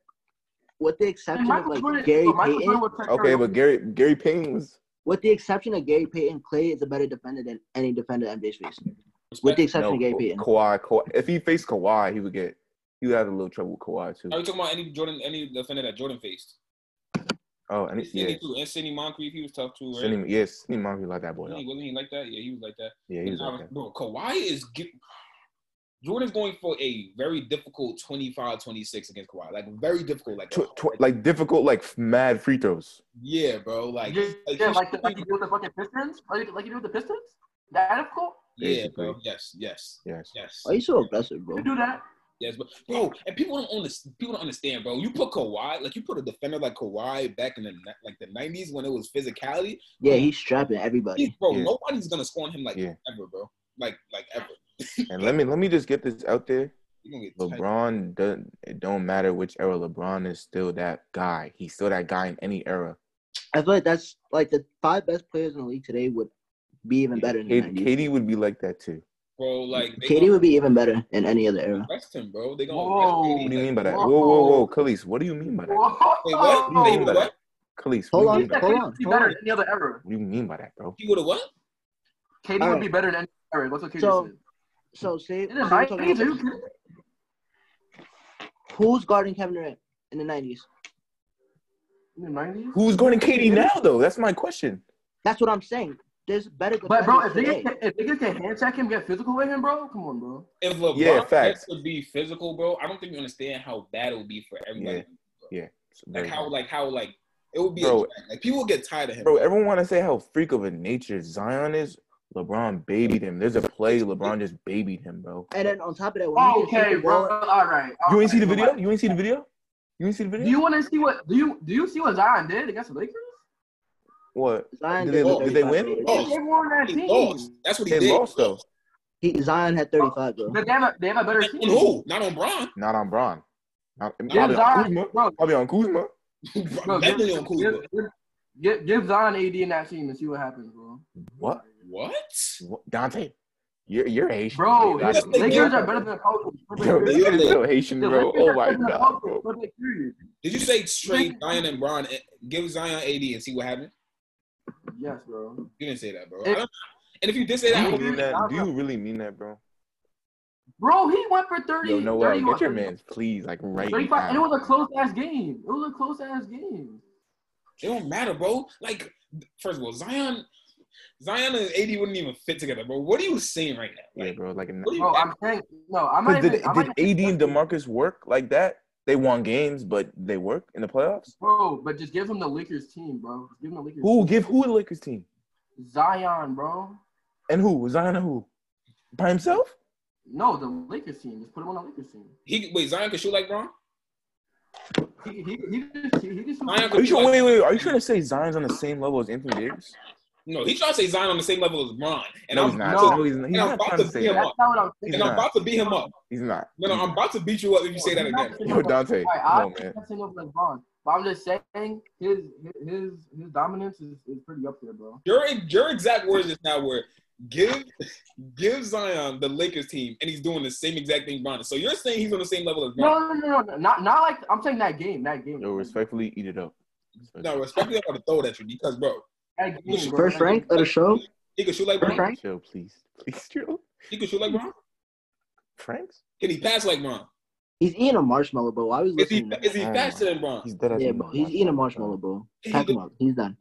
Speaker 2: with the
Speaker 3: And
Speaker 2: exception of
Speaker 3: Michael
Speaker 2: like
Speaker 3: Jordan-
Speaker 2: Gary
Speaker 3: so Michael Jordan
Speaker 2: Payton,
Speaker 3: was Steph
Speaker 1: Okay,
Speaker 3: Curry.
Speaker 1: but Gary Gary Payne was
Speaker 2: with the exception of Gary Payton, Clay is a better defender than any defender MJ's faced. With the exception
Speaker 1: no,
Speaker 2: of Gary Payton.
Speaker 1: Kawhi, Kawhi. If he faced Kawhi, he would get he would have a little trouble with Kawhi
Speaker 4: Are
Speaker 1: too.
Speaker 4: you talking about any Jordan, any defender that Jordan faced?
Speaker 1: Oh, and it, yeah,
Speaker 4: Sidney too. And Sidney Moncrief, he was tough too, right?
Speaker 1: Sidney, yes, Sidney Monty like that boy.
Speaker 4: Wasn't
Speaker 1: Up.
Speaker 4: he, wasn't he like that? Yeah, he was like that.
Speaker 1: Yeah, he was
Speaker 4: Now,
Speaker 1: okay.
Speaker 4: Um, Bro, Kawhi is get, Jordan's going for a very difficult 25-26 against Kawhi. Like very difficult. Like,
Speaker 1: Tw- tw- like difficult, like f- mad free throws.
Speaker 4: yeah, bro. Like
Speaker 3: yeah,
Speaker 4: like,
Speaker 3: yeah,
Speaker 4: he
Speaker 3: like, the,
Speaker 4: should
Speaker 3: like
Speaker 4: be-
Speaker 3: you do with the fucking Pistons? Like, like you do with the Pistons? That difficult?
Speaker 4: yeah, bro.
Speaker 1: basically.
Speaker 4: Yes, yes,
Speaker 1: Yes.
Speaker 4: yes.
Speaker 2: Why are you so aggressive, bro?
Speaker 3: You do that?
Speaker 4: Yes, but bro, and people don't understand. People don't understand, bro. You put Kawhi, like you put a defender like Kawhi back in the ni- like the nineties when it was physicality,
Speaker 2: Yeah, he's strapping
Speaker 4: he's-
Speaker 2: everybody.
Speaker 4: bro.
Speaker 1: Yeah.
Speaker 4: Nobody's gonna score on him like
Speaker 1: Yeah.
Speaker 4: ever, bro. Like like ever.
Speaker 1: And let me let me just get this out there.
Speaker 4: You're gonna get tight.
Speaker 1: LeBron doesn't. It don't matter which era. LeBron is still that guy. He's still that guy in any era.
Speaker 2: I feel like that's like the five best players in the league today would be even better in the
Speaker 1: Katie,
Speaker 2: 90s.
Speaker 1: Katie would be like that too.
Speaker 4: bro. Like they
Speaker 2: Katie
Speaker 4: gonna
Speaker 2: would be even better in any other era.
Speaker 4: rest him, bro. They gonna
Speaker 3: Whoa.
Speaker 4: rest
Speaker 1: What
Speaker 4: Katie,
Speaker 1: do you
Speaker 4: like-
Speaker 1: mean by that?
Speaker 3: Whoa.
Speaker 1: Whoa, whoa, whoa, Khalees, what do you mean by that?
Speaker 4: Wait, what?
Speaker 1: What do you mean by
Speaker 4: What?
Speaker 1: that? Khalees,
Speaker 2: Hold
Speaker 1: what do
Speaker 2: on,
Speaker 1: you mean by that?
Speaker 2: hold on,
Speaker 3: Be
Speaker 2: hold
Speaker 3: better
Speaker 2: on.
Speaker 3: than any other era.
Speaker 1: What do you mean by that, bro?
Speaker 4: He would have what?
Speaker 3: Katie
Speaker 2: All
Speaker 3: would
Speaker 2: right.
Speaker 3: be better than any other era. That's what Katie
Speaker 2: So-
Speaker 3: said.
Speaker 2: So say,
Speaker 3: It is
Speaker 2: say we're
Speaker 3: right.
Speaker 2: talking
Speaker 3: Katie,
Speaker 2: about-
Speaker 3: you kidding?
Speaker 2: who's guarding Kevin Durant in the 90s?
Speaker 3: In the 90s?
Speaker 1: Who's going to Katie now, though? That's my question.
Speaker 2: That's what I'm saying. There's better
Speaker 3: But bro,
Speaker 2: defenders
Speaker 3: if niggas
Speaker 2: today.
Speaker 3: can, if niggas can hand check him, get physical with him, bro, come on, bro.
Speaker 4: If LeBron
Speaker 1: Yeah,
Speaker 4: gets
Speaker 1: facts.
Speaker 4: to be physical, bro, I don't think you understand how bad it would be for everybody.
Speaker 1: Yeah. It's
Speaker 4: Like
Speaker 1: very
Speaker 4: how
Speaker 1: hard.
Speaker 4: like how like it would be a
Speaker 1: Bro.
Speaker 4: drag. like people would get tired of him.
Speaker 1: Bro, everyone want to say how freak of a nature Zion is. LeBron babied him. There's a play LeBron just babied him, bro.
Speaker 2: And then on top of that, when you
Speaker 3: Oh, Okay,
Speaker 2: the
Speaker 3: bro.
Speaker 2: ball,
Speaker 3: All right.
Speaker 1: You
Speaker 3: all
Speaker 1: ain't see the
Speaker 3: right,
Speaker 1: video?
Speaker 3: all right.
Speaker 1: You ain't see the video? You ain't see the
Speaker 3: Do
Speaker 1: video?
Speaker 3: you want to see what do you do you see what Zion did against the Lakers?
Speaker 1: What?
Speaker 2: Zion
Speaker 1: Did they-
Speaker 2: did
Speaker 1: did they win?
Speaker 2: 35
Speaker 4: Oh,
Speaker 2: Though.
Speaker 3: They were on that
Speaker 4: He
Speaker 3: team.
Speaker 4: lost. That's what he
Speaker 1: They
Speaker 4: did.
Speaker 1: lost, though.
Speaker 2: He, Zion had 35 though.
Speaker 3: But they have a, they have a better
Speaker 4: On
Speaker 3: team.
Speaker 4: who? Not on Bron.
Speaker 1: Not on Bron. Not,
Speaker 4: Yeah,
Speaker 1: probably, on
Speaker 3: Zion,
Speaker 1: Kuzma.
Speaker 3: bro,
Speaker 1: probably on Kuzma.
Speaker 3: Bro, give,
Speaker 4: Definitely on
Speaker 3: give,
Speaker 4: Kuzma.
Speaker 3: give, give, give Zion AD in that team and see what happens, bro.
Speaker 1: What?
Speaker 4: What?
Speaker 1: What? Dante, you're you're Haitian.
Speaker 3: Bro,
Speaker 1: Like,
Speaker 4: that's-
Speaker 1: yo,
Speaker 3: Lakers are better than Pelicans.
Speaker 1: yo,
Speaker 4: they-
Speaker 3: Flip it.
Speaker 1: you're so Haitian,
Speaker 3: The
Speaker 1: bro.
Speaker 3: Lakers
Speaker 1: Oh
Speaker 3: are
Speaker 1: my
Speaker 3: better than
Speaker 1: god,
Speaker 3: Pelicans.
Speaker 1: bro.
Speaker 3: Flip it, period.
Speaker 4: Did you say straight Zion and Bron? eh, Give Zion AD and see what happens.
Speaker 3: Yes, bro.
Speaker 4: You didn't say that, bro. I
Speaker 3: It- Mm.
Speaker 4: don't- and if you did say
Speaker 1: Do
Speaker 4: that, I
Speaker 1: you
Speaker 4: would-
Speaker 1: mean that? Do you really mean that, bro?
Speaker 3: Bro, he went for 30.
Speaker 1: Yo, no way.
Speaker 3: 31,
Speaker 1: Get your man's please, like right
Speaker 3: 35, and it
Speaker 1: now.
Speaker 3: was a close ass game. It was a close ass game.
Speaker 4: it don't matter, bro. Like, first of all, Zion, Zion and AD wouldn't even fit together, bro. What are you saying right now?
Speaker 1: Yeah,
Speaker 4: Like,
Speaker 1: bro. Like,
Speaker 4: what are you?
Speaker 3: Bro, Oh, I'm saying no. I'm not
Speaker 1: But did,
Speaker 3: even. I'm
Speaker 1: did
Speaker 3: not even-
Speaker 1: AD and DeMarcus work like that? They won games, but they work in the playoffs.
Speaker 3: bro, but just give him the Lakers team, bro. Give him the Lakers.
Speaker 1: Who give who the Lakers team
Speaker 3: Zion, bro.
Speaker 1: and who Zion and who by himself?
Speaker 3: No, the Lakers team. Just put him on the Lakers team.
Speaker 4: he wait, Zion could shoot like Bron.
Speaker 3: He he he just he, he just.
Speaker 4: Zion
Speaker 1: Are
Speaker 4: could
Speaker 1: you
Speaker 4: shoot
Speaker 1: sure,
Speaker 4: like,
Speaker 1: wait, wait, wait, are you trying to say Zion's on the same level as Anthony Davis?
Speaker 4: no, he's trying to say Zion on the same level as Bron, and
Speaker 1: no,
Speaker 4: I'm
Speaker 1: he's not.
Speaker 3: no.
Speaker 1: No, he's not. He's
Speaker 4: And I'm
Speaker 1: not
Speaker 4: about
Speaker 1: trying to
Speaker 4: to
Speaker 1: say
Speaker 4: be a
Speaker 1: that.
Speaker 3: That's not what I'm
Speaker 1: He's
Speaker 4: and
Speaker 3: saying.
Speaker 4: I'm
Speaker 1: not.
Speaker 4: about to beat him up.
Speaker 1: He's not.
Speaker 4: No, no, I'm about to beat you up if you say that again.
Speaker 1: Yo, Dante,
Speaker 3: All
Speaker 1: come on,
Speaker 3: right, I'm
Speaker 1: man.
Speaker 3: not saying over LeBron, but I'm just saying his his his dominance is, is pretty up there, bro.
Speaker 4: Your your exact words just now were give give Zion the Lakers team, and he's doing the same exact thing Bron. is. So you're saying he's on the same level as Bron?
Speaker 3: No, no, no, no, no, not not like I'm saying that game, that game.
Speaker 1: Yo, respectfully, eat it up.
Speaker 4: No, respectfully, I'm gonna throw it at you because, bro,
Speaker 3: That game, bro.
Speaker 2: First rank of the show.
Speaker 4: he could shoot like
Speaker 2: First
Speaker 4: Bron.
Speaker 2: rank.
Speaker 1: Chill, please, please, chill.
Speaker 4: He could shoot like Bron.
Speaker 1: Franks?
Speaker 4: Can he pass like Bron?
Speaker 2: He's eating a marshmallow, bro. I was
Speaker 4: Is he
Speaker 2: listening.
Speaker 4: is he
Speaker 1: Oh
Speaker 4: faster than Bron?
Speaker 1: He's dead at
Speaker 2: Yeah,
Speaker 1: the
Speaker 2: bro. He's eating a marshmallow, bro.
Speaker 4: He-
Speaker 2: Pack him up. He's done.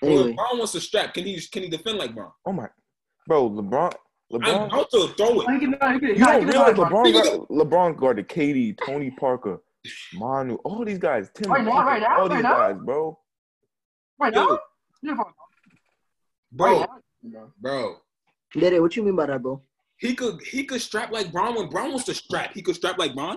Speaker 4: Or
Speaker 2: Anyway,
Speaker 4: if Bron wants to strap, can he can he defend like Bron?
Speaker 1: Oh my, bro, LeBron,
Speaker 4: I'm
Speaker 1: LeBron.
Speaker 4: about to throw it.
Speaker 3: He can, no, he can,
Speaker 1: You don't realize LeBron
Speaker 4: He
Speaker 1: guard, LeBron guarded Katie, Tony Parker, Manu, all these guys, Tim,
Speaker 3: Right now,
Speaker 1: Duncan,
Speaker 3: right now,
Speaker 1: all these
Speaker 3: right now.
Speaker 1: guys, bro.
Speaker 3: Right
Speaker 4: Yo.
Speaker 3: now, You're fine.
Speaker 4: Bro,
Speaker 3: Right now?
Speaker 4: bro.
Speaker 2: Dede, what you mean by that, bro?
Speaker 4: He could he could strap like Bron when Bron wants to strap. He could strap like Bron.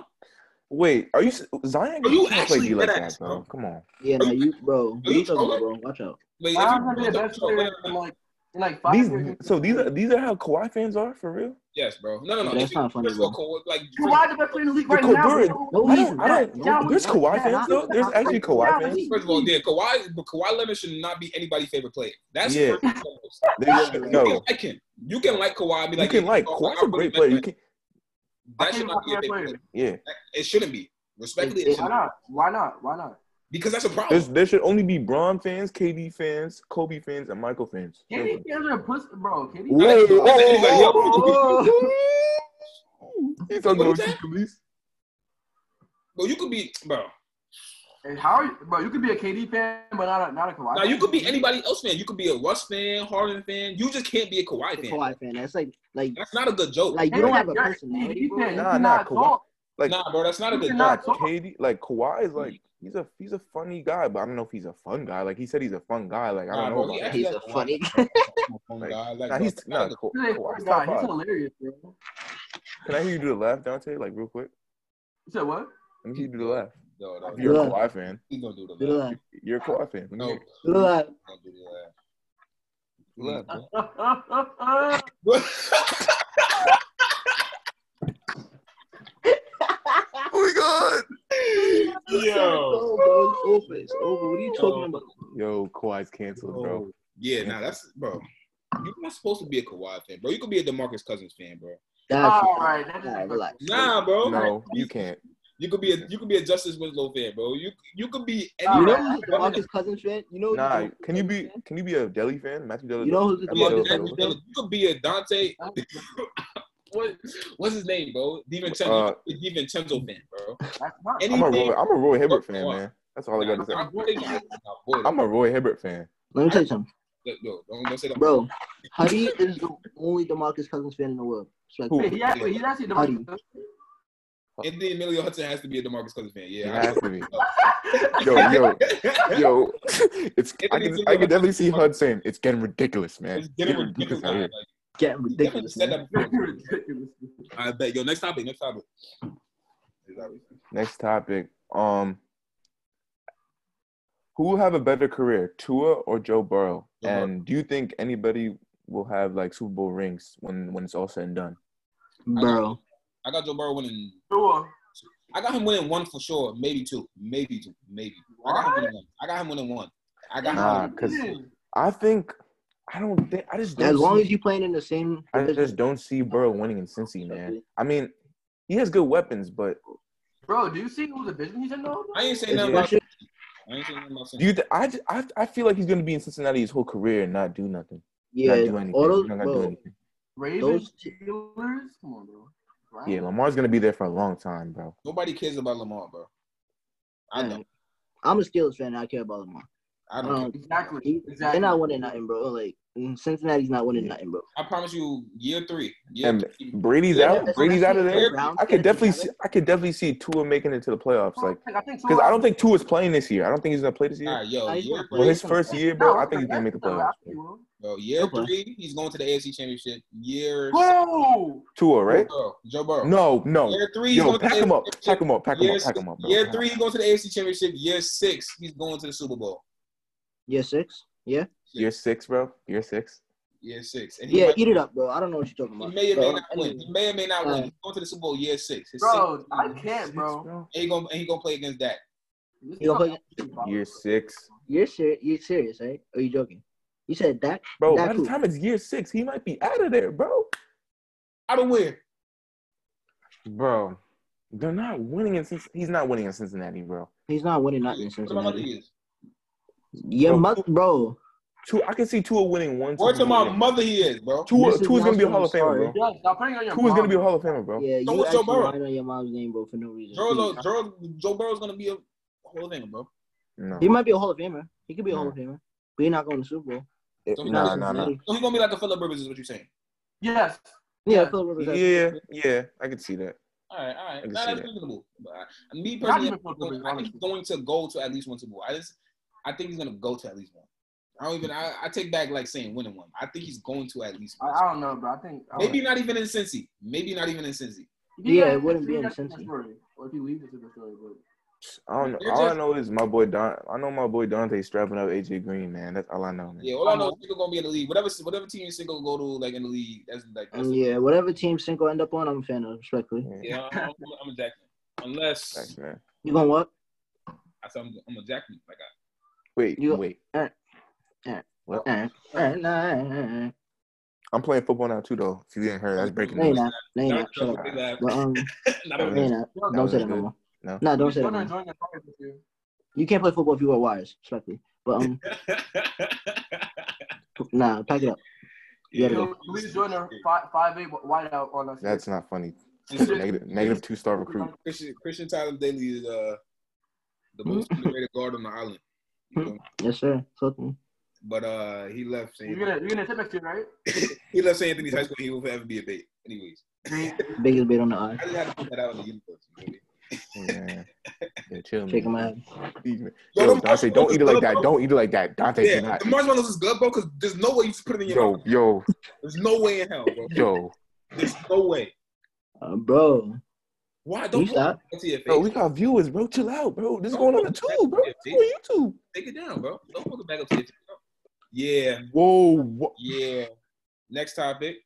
Speaker 1: Wait, are you s- Zion?
Speaker 4: Are you
Speaker 1: can't play
Speaker 4: actually
Speaker 1: D like
Speaker 4: dead
Speaker 1: that,
Speaker 4: ass,
Speaker 1: bro?
Speaker 4: bro?
Speaker 1: Come on,
Speaker 2: Yeah, no, you, bro. What
Speaker 4: Are
Speaker 2: you
Speaker 4: you
Speaker 2: talking about,
Speaker 4: trolling?
Speaker 2: bro? Watch out.
Speaker 4: Like, if
Speaker 3: Zion's
Speaker 4: you-
Speaker 3: gonna be the best player in like in like five
Speaker 1: these.
Speaker 3: years.
Speaker 1: So these are these are how Kawhi fans are for real.
Speaker 4: Yes, bro. No, no, no.
Speaker 2: That's
Speaker 4: If-
Speaker 2: not funny,
Speaker 4: first of all, Kawhi- Like,
Speaker 3: You are the best player in the league right
Speaker 1: Because
Speaker 3: now.
Speaker 1: we're-
Speaker 3: bro.
Speaker 2: No,
Speaker 1: I
Speaker 2: he's
Speaker 1: don't. I don't.
Speaker 2: not. No,
Speaker 1: there's
Speaker 2: he's
Speaker 1: Kawhi
Speaker 2: not.
Speaker 1: fans though. There's actually Kawhi
Speaker 3: Yeah,
Speaker 1: fans.
Speaker 4: First of all, yeah, Kawhi, but Kawhi Leonard should not be anybody's favorite player. That's
Speaker 1: Yeah.
Speaker 4: first and foremost.
Speaker 1: They should,
Speaker 4: You can
Speaker 1: no,
Speaker 4: like him. You can like Kawhi. and Be
Speaker 1: you
Speaker 4: like,
Speaker 1: can
Speaker 4: yeah,
Speaker 1: like
Speaker 4: Kawhi,
Speaker 1: Kawhi's
Speaker 4: I
Speaker 1: a
Speaker 4: really
Speaker 1: great player. You
Speaker 4: like
Speaker 1: can,
Speaker 4: him.
Speaker 3: I
Speaker 4: That should
Speaker 3: think
Speaker 4: not
Speaker 3: he's
Speaker 4: be a
Speaker 3: my favorite
Speaker 4: favorite player.
Speaker 3: player.
Speaker 1: yeah.
Speaker 4: It shouldn't be. Respectfully, it
Speaker 2: Why
Speaker 3: Why
Speaker 4: shouldn't.
Speaker 3: not? Why not? Why not?
Speaker 4: Because that's a problem.
Speaker 1: There's, there should only be Braun fans, KD fans, Kobe fans, and Michael fans.
Speaker 3: KD fans are pussy, bro. KD.
Speaker 1: Whoa,
Speaker 4: I think-
Speaker 1: whoa,
Speaker 4: I think he's like, yo,
Speaker 1: He's
Speaker 4: What
Speaker 1: talking about
Speaker 4: is that? bro, you could be, bro.
Speaker 3: And how are you, bro? You could be a KD fan, but not a, not a Kawhi.
Speaker 4: Now
Speaker 3: fan.
Speaker 4: you could be anybody else fan. You could be a Russ fan, Harden fan. You just can't be a Kawhi
Speaker 2: He's a
Speaker 4: fan.
Speaker 2: Kawhi fan. That's like, like,
Speaker 4: That's not a good joke.
Speaker 2: like you
Speaker 3: Hey,
Speaker 2: don't have a
Speaker 3: you're KD fan.
Speaker 2: personality, bro.
Speaker 3: You
Speaker 1: Nah,
Speaker 3: cannot
Speaker 1: nah, Kawhi.
Speaker 3: talk.
Speaker 1: Like,
Speaker 4: nah, bro, that's not a
Speaker 3: You
Speaker 4: good
Speaker 3: cannot
Speaker 1: nah,
Speaker 4: joke.
Speaker 3: talk.
Speaker 1: KD, like Kawhi is like he's a he's a funny guy, but I don't know if he's a fun guy. Like he said, he's a fun guy. Like I
Speaker 4: Nah,
Speaker 1: don't
Speaker 4: bro,
Speaker 1: know.
Speaker 4: he
Speaker 1: About
Speaker 4: actually
Speaker 2: He's
Speaker 4: like
Speaker 2: a
Speaker 4: Kawhi.
Speaker 2: funny
Speaker 4: Oh,
Speaker 1: Like,
Speaker 4: God,
Speaker 1: that.
Speaker 4: like,
Speaker 1: Nah,
Speaker 4: bro,
Speaker 1: he's
Speaker 4: that's
Speaker 1: nah,
Speaker 4: not a good-
Speaker 1: Ka-
Speaker 3: He's a
Speaker 1: Kawhi's
Speaker 3: guy.
Speaker 1: top
Speaker 3: He's
Speaker 1: five.
Speaker 3: hilarious, bro.
Speaker 1: Can I hear you do the laugh, Dante? Like real quick.
Speaker 3: You said what?
Speaker 1: Let me hear you do the laugh.
Speaker 4: No, no,
Speaker 1: If you're a
Speaker 2: Yeah.
Speaker 1: Kawhi fan,
Speaker 4: he's gonna do the laugh.
Speaker 2: guy.
Speaker 1: you're a Kawhi fan. Let me
Speaker 4: No,
Speaker 1: hear it.
Speaker 4: he's
Speaker 2: Look at that.
Speaker 4: gonna do the laugh.
Speaker 1: Laugh, bro. Oh
Speaker 4: Yo.
Speaker 2: Oh, bro, it's over. It's over. What are you
Speaker 4: Yo.
Speaker 2: talking about?
Speaker 1: my god. Yo, Kawhi's canceled, bro.
Speaker 4: Yeah, nah, that's bro. You're not supposed to be a Kawhi fan, bro. You could be a DeMarcus Cousins fan, bro.
Speaker 2: That's
Speaker 3: All right, that's
Speaker 2: Nah, relax.
Speaker 4: Nah, bro.
Speaker 1: No, you can't.
Speaker 4: You could be a you could be a Justice Winslow fan, bro. You you could be
Speaker 3: All
Speaker 2: You
Speaker 4: any
Speaker 2: know
Speaker 3: right.
Speaker 2: who's the Marcus Cousins fan? You know who's
Speaker 1: Nah,
Speaker 2: the-
Speaker 1: can you be can you be a Deli fan? Matthew Deli.
Speaker 2: You know who's the
Speaker 1: Yeah,
Speaker 2: DeMarcus
Speaker 1: yeah,
Speaker 2: Cousins
Speaker 1: yeah.
Speaker 2: fan?
Speaker 4: you could be a Dante.
Speaker 3: right.
Speaker 4: What what's his name, bro? DiVincenzo,
Speaker 1: Uh,
Speaker 4: you could be a DiVincenzo fan, bro.
Speaker 3: That's not.
Speaker 4: Any-
Speaker 1: I'm a Roy, I'm a Roy Hibbert
Speaker 4: Fuck
Speaker 1: fan,
Speaker 4: Kawhi.
Speaker 1: man. That's all I got to say.
Speaker 4: I'm voting you. I'm voting.
Speaker 1: I'm a Roy Hibbert fan.
Speaker 2: Let me tell you something.
Speaker 4: Yo, don't, don't say that.
Speaker 2: Bro, Huddy is the only DeMarcus Cousins fan in the world.
Speaker 1: Who?
Speaker 2: Respectfully.
Speaker 3: Wait, he actually, he's actually the
Speaker 2: Huddy.
Speaker 4: Anthony Emilio Hudson has to be a DeMarcus Cousins fan.
Speaker 1: It
Speaker 4: Yeah. I-
Speaker 1: has to be. Yo, yo, yo. It's I can, I can definitely see Hud saying it's getting ridiculous, man.
Speaker 4: It's getting ridiculous.
Speaker 1: out here.
Speaker 4: Like,
Speaker 2: Getting
Speaker 4: you definitely
Speaker 2: ridiculous.
Speaker 4: said
Speaker 2: Man.
Speaker 4: that before.
Speaker 3: ridiculous.
Speaker 4: I bet. Yo, next topic. Next topic.
Speaker 1: Next topic. Um, who will have a better career, Tua or Joe Burrow?
Speaker 4: Joe Burrow.
Speaker 1: And do you think anybody will have like Super Bowl rings when when it's all said and done?
Speaker 2: Bro.
Speaker 4: I got Joe Burrow winning.
Speaker 3: Sure.
Speaker 4: I got him winning one for sure, maybe two, maybe two, maybe. I got him winning one. I got him winning one. I got him.
Speaker 1: Nah,
Speaker 4: winning-
Speaker 1: because
Speaker 3: Mm.
Speaker 1: I think I don't think I just don't
Speaker 2: As long
Speaker 1: see,
Speaker 2: as you playing in the same
Speaker 1: I
Speaker 2: division,
Speaker 1: just don't see Burrow winning in Cincy, man. I mean, he has good weapons, but
Speaker 3: Bro, do you see whose division he's in though?
Speaker 4: I ain't saying
Speaker 1: Yeah.
Speaker 4: nothing about. I ain't saying nothing about.
Speaker 1: do you? Th- I, ju- I I feel like he's gonna be in Cincinnati his whole career and not do nothing,
Speaker 2: yeah,
Speaker 1: not do anything,
Speaker 2: all those,
Speaker 1: not gonna do
Speaker 2: bro,
Speaker 1: anything.
Speaker 3: Ravens,
Speaker 2: Those-
Speaker 3: Steelers. Come on, bro. Right?
Speaker 1: Yeah, Lamar's gonna be there for a long time, bro.
Speaker 4: Nobody cares about Lamar, bro. I
Speaker 2: man.
Speaker 4: don't.
Speaker 2: I'm a Steelers fan. I care about Lamar.
Speaker 4: I don't.
Speaker 2: Um,
Speaker 4: care.
Speaker 3: Exactly.
Speaker 2: he-
Speaker 3: Exactly.
Speaker 2: They're not winning nothing, bro. Like mm, Cincinnati's not winning
Speaker 1: Yeah.
Speaker 2: nothing, bro.
Speaker 4: I promise you, year three, year
Speaker 1: And
Speaker 4: three,
Speaker 1: Brady's
Speaker 4: Yeah,
Speaker 1: out.
Speaker 2: that's-
Speaker 1: Brady's
Speaker 2: that's
Speaker 1: out of
Speaker 2: the
Speaker 1: there.
Speaker 2: Browns
Speaker 1: I could
Speaker 2: put it
Speaker 1: definitely see.
Speaker 2: together.
Speaker 1: I could definitely see Tua making it to the playoffs. Like,
Speaker 3: I think
Speaker 1: because I don't think Tua's playing this year. I don't think he's gonna play this
Speaker 4: all
Speaker 1: year.
Speaker 4: right, yo,
Speaker 2: I just
Speaker 4: year
Speaker 2: wanna
Speaker 1: Well,
Speaker 4: three,
Speaker 1: his first year, bro, I think he's gonna make the playoffs. bro.
Speaker 4: bro, year
Speaker 2: Okay.
Speaker 4: three, he's going to the AFC Championship. Year,
Speaker 3: Whoa!
Speaker 1: Tua,
Speaker 4: Joe
Speaker 1: right?
Speaker 4: Burrow, Joe Burrow.
Speaker 1: No, no.
Speaker 4: Year three, he's
Speaker 1: Yo,
Speaker 4: going to
Speaker 1: pack
Speaker 4: the
Speaker 1: him up,
Speaker 4: AFC
Speaker 1: pack him up, pack him
Speaker 4: Year
Speaker 1: up, pack
Speaker 4: six-
Speaker 1: him up, bro.
Speaker 4: Year three, he's going to the AFC Championship. Year six, he's going to the Super Bowl.
Speaker 2: Year six, yeah,
Speaker 1: Year six, bro. Year six.
Speaker 4: Year six, and he,
Speaker 2: yeah.
Speaker 4: might-
Speaker 2: Eat it up, bro. I don't know what you're talking
Speaker 4: he
Speaker 2: about.
Speaker 4: may or may
Speaker 2: bro.
Speaker 4: not win. He may or may not win.
Speaker 2: Alright.
Speaker 4: He's going to the Super Bowl. Year six, His
Speaker 3: Bro,
Speaker 4: sixth
Speaker 3: I
Speaker 4: season.
Speaker 3: can't, bro.
Speaker 4: And he gonna and he gonna play against that.
Speaker 3: This
Speaker 2: You gonna
Speaker 3: is fucking-
Speaker 1: Year six,
Speaker 2: You're serious? You're serious, right? Or you joking? You said Dak,
Speaker 1: bro.
Speaker 2: Dak
Speaker 1: By the
Speaker 2: who?
Speaker 1: time it's year six, he might be out of there, bro.
Speaker 4: I don't win.
Speaker 1: Bro, they're not winning in. Cinc- He's not winning in Cincinnati, bro.
Speaker 2: He's not winning nothing in
Speaker 4: What about other
Speaker 2: Cincinnati.
Speaker 4: years?
Speaker 2: Your
Speaker 1: Bro,
Speaker 2: mother, bro.
Speaker 1: Two, I can see Tua winning one.
Speaker 4: Word to
Speaker 1: Tua
Speaker 4: my
Speaker 1: winning-
Speaker 4: mother, he is, bro.
Speaker 1: Tua,
Speaker 2: This is
Speaker 1: Tua's gonna be a
Speaker 2: Nelson,
Speaker 1: Hall of
Speaker 2: I'm
Speaker 1: Famer, bro.
Speaker 3: Yes, stop putting it on your
Speaker 1: Tua's gonna be a
Speaker 3: mom.
Speaker 1: Hall of Famer, bro.
Speaker 2: Yeah,
Speaker 4: So
Speaker 2: you
Speaker 4: what's Joe
Speaker 2: actually
Speaker 4: Burrow?
Speaker 2: lied on your mom's name, bro, for no reason.
Speaker 4: Joe
Speaker 2: Please.
Speaker 4: Joe Joe Burrow's gonna be a Hall of Famer, bro.
Speaker 1: No,
Speaker 2: He might be a Hall of Famer. He could be a Hall
Speaker 1: No.
Speaker 2: of Famer. But he's not going to Super Bowl.
Speaker 1: It-
Speaker 4: Don't be
Speaker 1: nah,
Speaker 4: nice
Speaker 1: nah, nah.
Speaker 4: So he's gonna be like a Philip Rivers, is what you're saying.
Speaker 3: Yes.
Speaker 2: Yeah,
Speaker 3: Yeah.
Speaker 2: Philip Rivers. has-
Speaker 1: Yeah, yeah, I can see that.
Speaker 4: All right, all right.
Speaker 1: can
Speaker 4: Nah,
Speaker 1: see
Speaker 4: that's
Speaker 1: that.
Speaker 4: reasonable. But I- me
Speaker 3: Not
Speaker 4: personally,
Speaker 3: even Philip Rivers,
Speaker 4: I think
Speaker 3: honestly.
Speaker 4: he's going to go to at least one Super Bowl. I just, I think he's gonna go to at least one. I don't even. I, I take back like saying winning one. I think he's going to at least
Speaker 3: I,
Speaker 4: one.
Speaker 3: I don't know, bro. I think I don't
Speaker 4: Maybe not even in Cincy. Maybe not even in Cincy.
Speaker 3: If he
Speaker 2: Yeah, it
Speaker 3: gets-
Speaker 2: wouldn't
Speaker 3: if
Speaker 2: be
Speaker 3: he
Speaker 2: in
Speaker 3: gets, it's a
Speaker 2: Cincy.
Speaker 3: story. Or if he leaves, it's a different story. But
Speaker 1: I don't know.
Speaker 4: You're
Speaker 1: all I
Speaker 4: just-
Speaker 1: know is my boy Don. I know my boy Dante strapping up AJ Green, man. That's all I know, man.
Speaker 4: Yeah, all I know is Cinco gonna be in the league. Whatever, whatever team Cinco go to, like in the league, that's like. That's
Speaker 2: And yeah, whatever team Cinco end up on, I'm a fan of, respectfully.
Speaker 1: Yeah,
Speaker 4: yeah, I'm, I'm a Jackman. Unless
Speaker 1: Thanks, man.
Speaker 2: You going what?
Speaker 4: I said I'm, I'm a Jackman. Like I,
Speaker 1: Wait,
Speaker 2: You-
Speaker 1: wait.
Speaker 2: Alright. Alright.
Speaker 1: What?
Speaker 2: Alright, alright, nah, alright, alright.
Speaker 1: I'm playing football now too, though. If you didn't hear, that's breaking
Speaker 2: No, you're
Speaker 1: news.
Speaker 2: not. No, you're not. Shut up.
Speaker 4: They laugh.
Speaker 2: But, um,
Speaker 4: Not a-
Speaker 2: no, you're not.
Speaker 3: Yo,
Speaker 2: Don't
Speaker 1: was
Speaker 2: say that
Speaker 1: good.
Speaker 2: no more.
Speaker 1: No.
Speaker 2: Nah, don't
Speaker 3: he's
Speaker 2: say that
Speaker 3: still
Speaker 2: no more.
Speaker 3: enjoying the party with you.
Speaker 2: You can't play football if you wear wires, respectfully. But, um, nah, pack it up. Yeah,
Speaker 3: Yo, Please join the five five eight wideout on us.
Speaker 1: That's not funny.
Speaker 4: Christian,
Speaker 1: Negative, negative two star recruit.
Speaker 4: Christian, Christian Tyler Daly is uh, the most underrated guard on the island. You know?
Speaker 2: Yes, sir. Fuck me.
Speaker 4: But uh, he left
Speaker 3: You're
Speaker 4: saying
Speaker 3: gonna you're gonna tip next year, right?
Speaker 4: he left St. Anthony's High School. He will forever be a bait. Anyways,
Speaker 2: Biggest bait on the eye.
Speaker 4: I just had to put that out in the universe. You know what I mean?
Speaker 1: Yeah, yeah chill,
Speaker 2: Shaking my
Speaker 1: man.
Speaker 2: head.
Speaker 4: Yo,
Speaker 1: Yo,
Speaker 4: them
Speaker 1: Dante, don't eat it like that.
Speaker 4: marshmallows-
Speaker 1: Don't eat it like that. Dante, do
Speaker 4: Yeah,
Speaker 1: not.
Speaker 4: the marshmallows is good, bro. Because there's no way you should put it in your mouth.
Speaker 1: Yo, yo,
Speaker 4: There's no way in hell, bro.
Speaker 1: yo.
Speaker 4: There's no way.
Speaker 2: Uh, bro,
Speaker 4: Why don't
Speaker 2: you
Speaker 4: you
Speaker 2: stop.
Speaker 4: to your face?
Speaker 1: Bro, we got viewers, bro. Chill out, bro. This is going on the tube, bro. This is on YouTube.
Speaker 4: Take it down, bro. Don't fuck it back up to your face. Bro. Yeah,
Speaker 1: Whoa. wha-
Speaker 4: yeah. Next topic.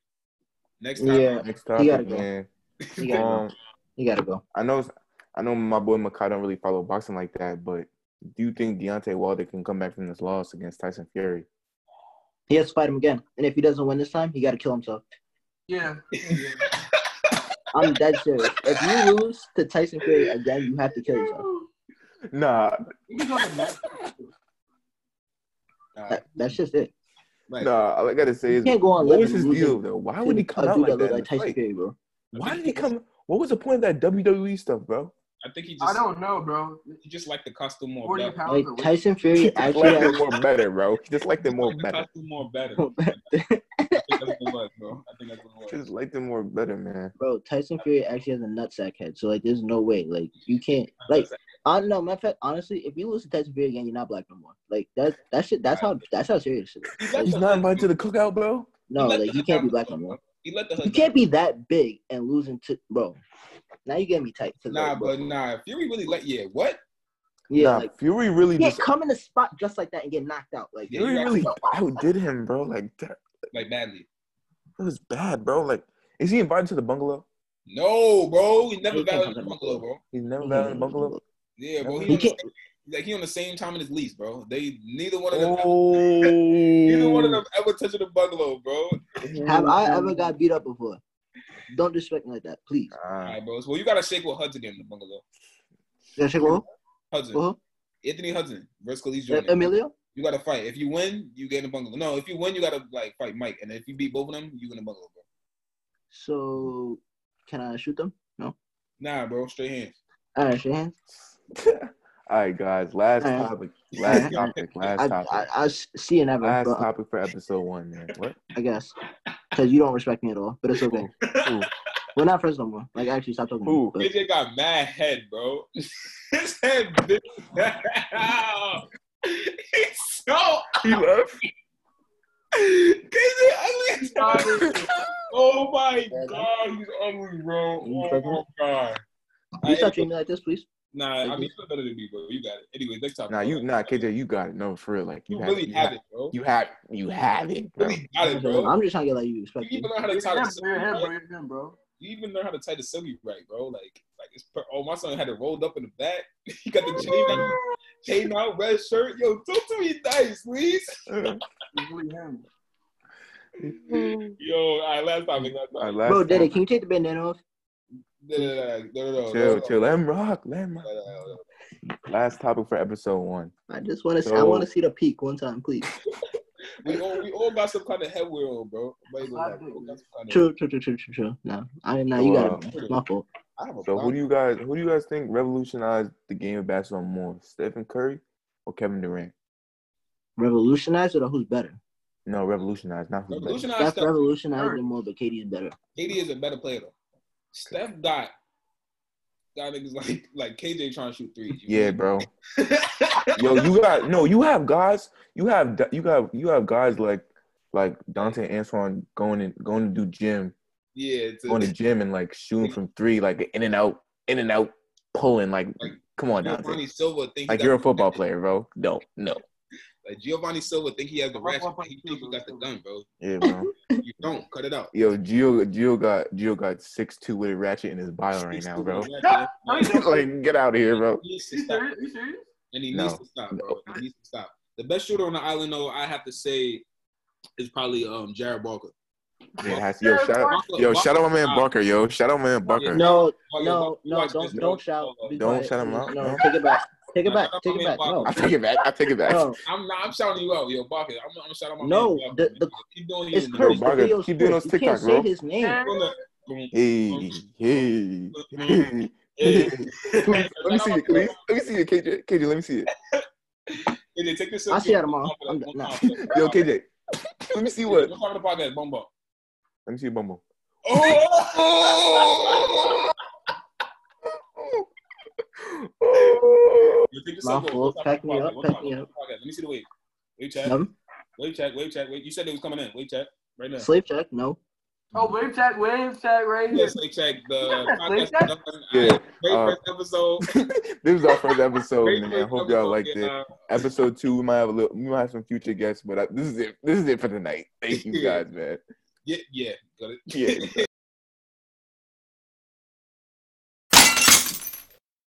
Speaker 4: Next topic.
Speaker 2: Yeah,
Speaker 1: Next
Speaker 2: You gotta
Speaker 1: topic,
Speaker 2: go.
Speaker 1: man.
Speaker 2: you gotta,
Speaker 1: Um,
Speaker 2: you gotta go.
Speaker 1: I know, I know, my boy Makai don't really follow boxing like that, but do you think Deontay Wilder can come back from this loss against Tyson Fury?
Speaker 2: He has to fight him again. And if he doesn't win this time, he gotta kill himself.
Speaker 3: Yeah.
Speaker 2: I'm dead serious. If you lose to Tyson Fury again, you have to kill yourself.
Speaker 1: Nah,
Speaker 3: You can go to next.
Speaker 4: All
Speaker 2: That,
Speaker 4: right.
Speaker 2: that's just it.
Speaker 4: Like,
Speaker 1: nah. All I gotta say
Speaker 2: You
Speaker 1: is,
Speaker 2: can't go on
Speaker 1: what was
Speaker 2: living
Speaker 1: his
Speaker 2: and losing
Speaker 1: deal though? Why would he
Speaker 2: to
Speaker 1: come
Speaker 2: a
Speaker 1: out
Speaker 2: dude
Speaker 1: like
Speaker 2: look
Speaker 1: that? in
Speaker 2: like
Speaker 1: the
Speaker 2: Tyson
Speaker 1: fight?
Speaker 2: Fury, bro.
Speaker 1: Why did he come? What was the point of that WWE stuff, bro?
Speaker 4: I think he
Speaker 3: I
Speaker 4: just
Speaker 3: don't know, bro.
Speaker 4: he just liked the costume more
Speaker 3: Forty
Speaker 4: better.
Speaker 3: pounds
Speaker 2: Like
Speaker 3: of weight.
Speaker 2: Tyson
Speaker 1: He
Speaker 2: Fury
Speaker 1: just
Speaker 2: actually
Speaker 1: liked
Speaker 2: has
Speaker 1: them more better, bro. He just liked them more
Speaker 4: He liked the
Speaker 1: better.
Speaker 4: costume more better. I think that's what it was, bro. I think that's what
Speaker 1: He
Speaker 4: it was.
Speaker 1: just liked them more better, man.
Speaker 2: bro. Tyson Fury actually has a nutsack head, so like, there's no way. Like, you can't. Like, I no matter of fact, honestly, if you lose to Tyson Fury again, you're not black no more. Like that, that shit. That's how. That's how serious it is.
Speaker 4: He
Speaker 1: He's
Speaker 4: let
Speaker 1: not
Speaker 4: the-
Speaker 1: invited to the cookout, bro.
Speaker 2: No,
Speaker 4: let
Speaker 2: like
Speaker 4: the
Speaker 2: you can't
Speaker 4: hood down,
Speaker 2: be black no more.
Speaker 4: He let the
Speaker 2: You
Speaker 4: hood down.
Speaker 2: can't be that big and losing to bro. Now you get me tight. 'cause,
Speaker 4: Nah,
Speaker 2: like, bro,
Speaker 4: but nah, Fury really let yeah. What?
Speaker 2: yeah,
Speaker 1: nah,
Speaker 2: like
Speaker 1: Fury really
Speaker 2: yeah,
Speaker 1: just
Speaker 2: come in the spot just like that and get knocked out. Like
Speaker 4: Yeah,
Speaker 1: Fury
Speaker 4: you
Speaker 1: really outdid him, bro. Like that,
Speaker 4: Like badly.
Speaker 1: that was bad, bro. Like, is he invited to the bungalow?
Speaker 4: No, bro. He never
Speaker 2: He can't
Speaker 4: valid
Speaker 2: come to
Speaker 4: bungalow, bro.
Speaker 1: He's never
Speaker 2: He
Speaker 1: been in
Speaker 2: can't-
Speaker 1: Buffalo.
Speaker 4: Yeah, bro. He,
Speaker 2: He
Speaker 4: on the
Speaker 2: can't.
Speaker 4: same- like he on the same time in his lease, bro. They neither one of them
Speaker 1: Oh,
Speaker 4: neither one of them ever touched the bungalow, bro.
Speaker 2: Oh. Have I ever got beat up before? Don't disrespect me like that, please.
Speaker 4: All
Speaker 1: Ah,
Speaker 4: right, bro. So, well, you gotta shake with Hudson in the bungalow.
Speaker 2: You gotta check who?
Speaker 4: Hudson,
Speaker 2: Who?
Speaker 4: Anthony Hudson versus Khalees
Speaker 2: E-
Speaker 4: Jordan.
Speaker 2: Uh-huh. Emilio?
Speaker 4: You gotta fight. If you win, you get in the bungalow. No, if you win, you gotta like fight Mike, and if you beat both of them, you in the bungalow, bro.
Speaker 2: So can I shoot them?
Speaker 4: Nah, bro. Straight hands.
Speaker 2: All right, shake hands.
Speaker 1: All right, guys. Last
Speaker 2: All right.
Speaker 1: topic. Last topic.
Speaker 2: I,
Speaker 1: Last
Speaker 2: I,
Speaker 1: topic.
Speaker 2: I s- see you never,
Speaker 1: Last
Speaker 2: but
Speaker 1: topic for episode one, man. What?
Speaker 2: I guess because you don't respect me at all. But it's okay.
Speaker 1: Ooh,
Speaker 2: We're not friends no more. Like actually, stop talking. to me,
Speaker 1: Who?
Speaker 2: but-
Speaker 4: AJ got mad head, bro. His head, big. He's so
Speaker 1: He left.
Speaker 4: Cause he's ugly. oh my god, he's ugly, bro. Oh my god.
Speaker 2: You stop treating me like this, please.
Speaker 4: Nah, I mean you're better than me, bro. You got it. Anyway, next time.
Speaker 1: Nah, you. Nah, KJ, you got it. No, for real. Like you
Speaker 4: You
Speaker 1: have
Speaker 4: really
Speaker 1: it.
Speaker 4: have it, bro. You
Speaker 1: You have. You have it. Bro.
Speaker 4: got it, bro.
Speaker 2: I'm just trying to get like you respect
Speaker 4: You
Speaker 2: me.
Speaker 4: even learn how to
Speaker 3: You're
Speaker 4: tie
Speaker 3: him,
Speaker 4: the
Speaker 3: you're
Speaker 4: silky
Speaker 3: him, bro.
Speaker 4: right.
Speaker 3: You're him, bro.
Speaker 4: You even learn how to tie the silky right, bro. Like, like it's per- oh my son had it rolled up in the back. He got the chain out, chain out, red shirt. Yo, talk to me nice, please.
Speaker 3: It's really him.
Speaker 4: Yo, all right, last topic, last
Speaker 1: All right,
Speaker 4: topic.
Speaker 1: last
Speaker 2: Bro, Diddy,
Speaker 1: topic.
Speaker 2: can you take the bandana off?
Speaker 4: No, no, no, no, no, no,
Speaker 1: Chill,
Speaker 4: no,
Speaker 1: chill. Let him rock. Let him rock.
Speaker 4: no, no, no, no.
Speaker 1: Last topic for episode one.
Speaker 2: I just want to. see I
Speaker 1: So-
Speaker 2: want to see the peak one time, please.
Speaker 4: We all we all got some kind of headwear on, bro. Everybody go like, we all got some kind of-
Speaker 2: True, true, true, true, true, true. No, I now you got it. It's my fault.
Speaker 4: I have a
Speaker 1: So who
Speaker 4: problem.
Speaker 1: do you guys who do you guys think revolutionized the game of basketball more, Stephen Curry or Kevin Durant?
Speaker 2: Revolutionized it or who's better?
Speaker 1: No, revolutionized, not who's better.
Speaker 4: Revolutionized
Speaker 2: Steph
Speaker 4: Steph.
Speaker 2: revolutionized it more, but Katie's better.
Speaker 4: KD is a better player though. Steph got got niggas like like KJ trying to shoot threes.
Speaker 1: Yeah, bro. Yo, you got no. You have guys. You have d- you got you have guys like like Dante Antoine going and going to do gym,
Speaker 4: yeah. To,
Speaker 1: going to gym and like shooting from three, like in and out, in and out, pulling. Like, come on, Dante.
Speaker 4: Giovanni Silva think he
Speaker 1: Like
Speaker 4: got-
Speaker 1: you're a football player, bro. No, no.
Speaker 4: Like Giovanni Silva think he has the
Speaker 3: I'm
Speaker 4: ratchet.
Speaker 3: up on
Speaker 4: but He
Speaker 3: two,
Speaker 4: think he
Speaker 3: bro.
Speaker 4: got the gun, bro.
Speaker 1: Yeah, bro.
Speaker 4: You don't cut it out.
Speaker 1: Yo, Gio, Gio got Gio got six two with a ratchet in his bio right now, bro. like, get out of here, bro.
Speaker 4: He needs to
Speaker 3: You
Speaker 4: stop.
Speaker 3: serious? You serious?
Speaker 4: and he
Speaker 1: No.
Speaker 4: needs to stop, bro. He needs to stop. The best shooter on the island, though, I have to say, is probably um Jared Walker.
Speaker 1: Yeah, it has- yo, shout out,
Speaker 4: Walker-
Speaker 1: yo,
Speaker 4: Walker-
Speaker 1: shout out my
Speaker 4: Nah,
Speaker 1: man Barker, yo, shout out my man Barker.
Speaker 2: No,
Speaker 4: Walker-
Speaker 2: no,
Speaker 4: you
Speaker 2: no,
Speaker 4: watch
Speaker 2: don't
Speaker 4: this, bro.
Speaker 2: don't shout. Be
Speaker 1: Don't
Speaker 2: quiet.
Speaker 1: shout him out,
Speaker 2: No,
Speaker 1: no.
Speaker 2: take it back. Take it
Speaker 4: No,
Speaker 2: back.
Speaker 4: shout
Speaker 2: Take it
Speaker 4: out
Speaker 2: back.
Speaker 4: my man
Speaker 2: No,
Speaker 1: I take it back. I take it back.
Speaker 2: no.
Speaker 4: I'm not, I'm shouting you out, yo, Barker. I'm, I'm shouting out my
Speaker 2: No,
Speaker 4: man,
Speaker 2: the-
Speaker 4: Barker.
Speaker 2: the-
Speaker 4: keep doing
Speaker 2: It's
Speaker 4: you,
Speaker 1: Curry.
Speaker 2: cursed.
Speaker 1: Barker,
Speaker 2: The video's
Speaker 1: keep doing
Speaker 2: cursed.
Speaker 1: those
Speaker 2: You can't
Speaker 1: TikTok,
Speaker 2: say
Speaker 1: bro.
Speaker 2: his name.
Speaker 1: Hey, hey, hey, hey. Please, let me see it, please. Let me see it, KJ. KJ, let me see it.
Speaker 4: KJ, take this.
Speaker 2: I'll
Speaker 4: selfie.
Speaker 2: see you tomorrow. I'm-
Speaker 4: One
Speaker 2: nah.
Speaker 4: off, one off.
Speaker 1: Yo, KJ. Let me see what.
Speaker 4: What's part of the podcast, Bumbo?
Speaker 1: Let me see Bumbo.
Speaker 4: Oh! You take this
Speaker 2: My
Speaker 4: up, bro.
Speaker 2: fault.
Speaker 4: What's
Speaker 2: Pack me
Speaker 4: podcast?
Speaker 2: up,
Speaker 4: What's
Speaker 2: pack me
Speaker 4: podcast?
Speaker 2: up.
Speaker 4: Let me see the wave. Wave check.
Speaker 2: No.
Speaker 4: Wave check. Wave check. Wait, you said they was coming in. Wave check. Right now.
Speaker 2: Slave check. No.
Speaker 3: Oh, wave check, wave check, right here.
Speaker 4: Yes, wave check.
Speaker 3: You
Speaker 4: The
Speaker 3: got that
Speaker 4: podcast.
Speaker 3: wave check?
Speaker 1: Yeah.
Speaker 4: Great
Speaker 1: Uh,
Speaker 4: first episode.
Speaker 1: this was our first episode,
Speaker 4: Great
Speaker 1: man.
Speaker 4: first
Speaker 1: Hope
Speaker 4: episode, uh,
Speaker 1: y'all liked it.
Speaker 4: yeah.
Speaker 1: Episode two, we might have a little, we might have some future uh, guests, but I, this is it. This is it for tonight. Thank you guys, man.
Speaker 4: Yeah, yeah. Got it.
Speaker 1: Yeah.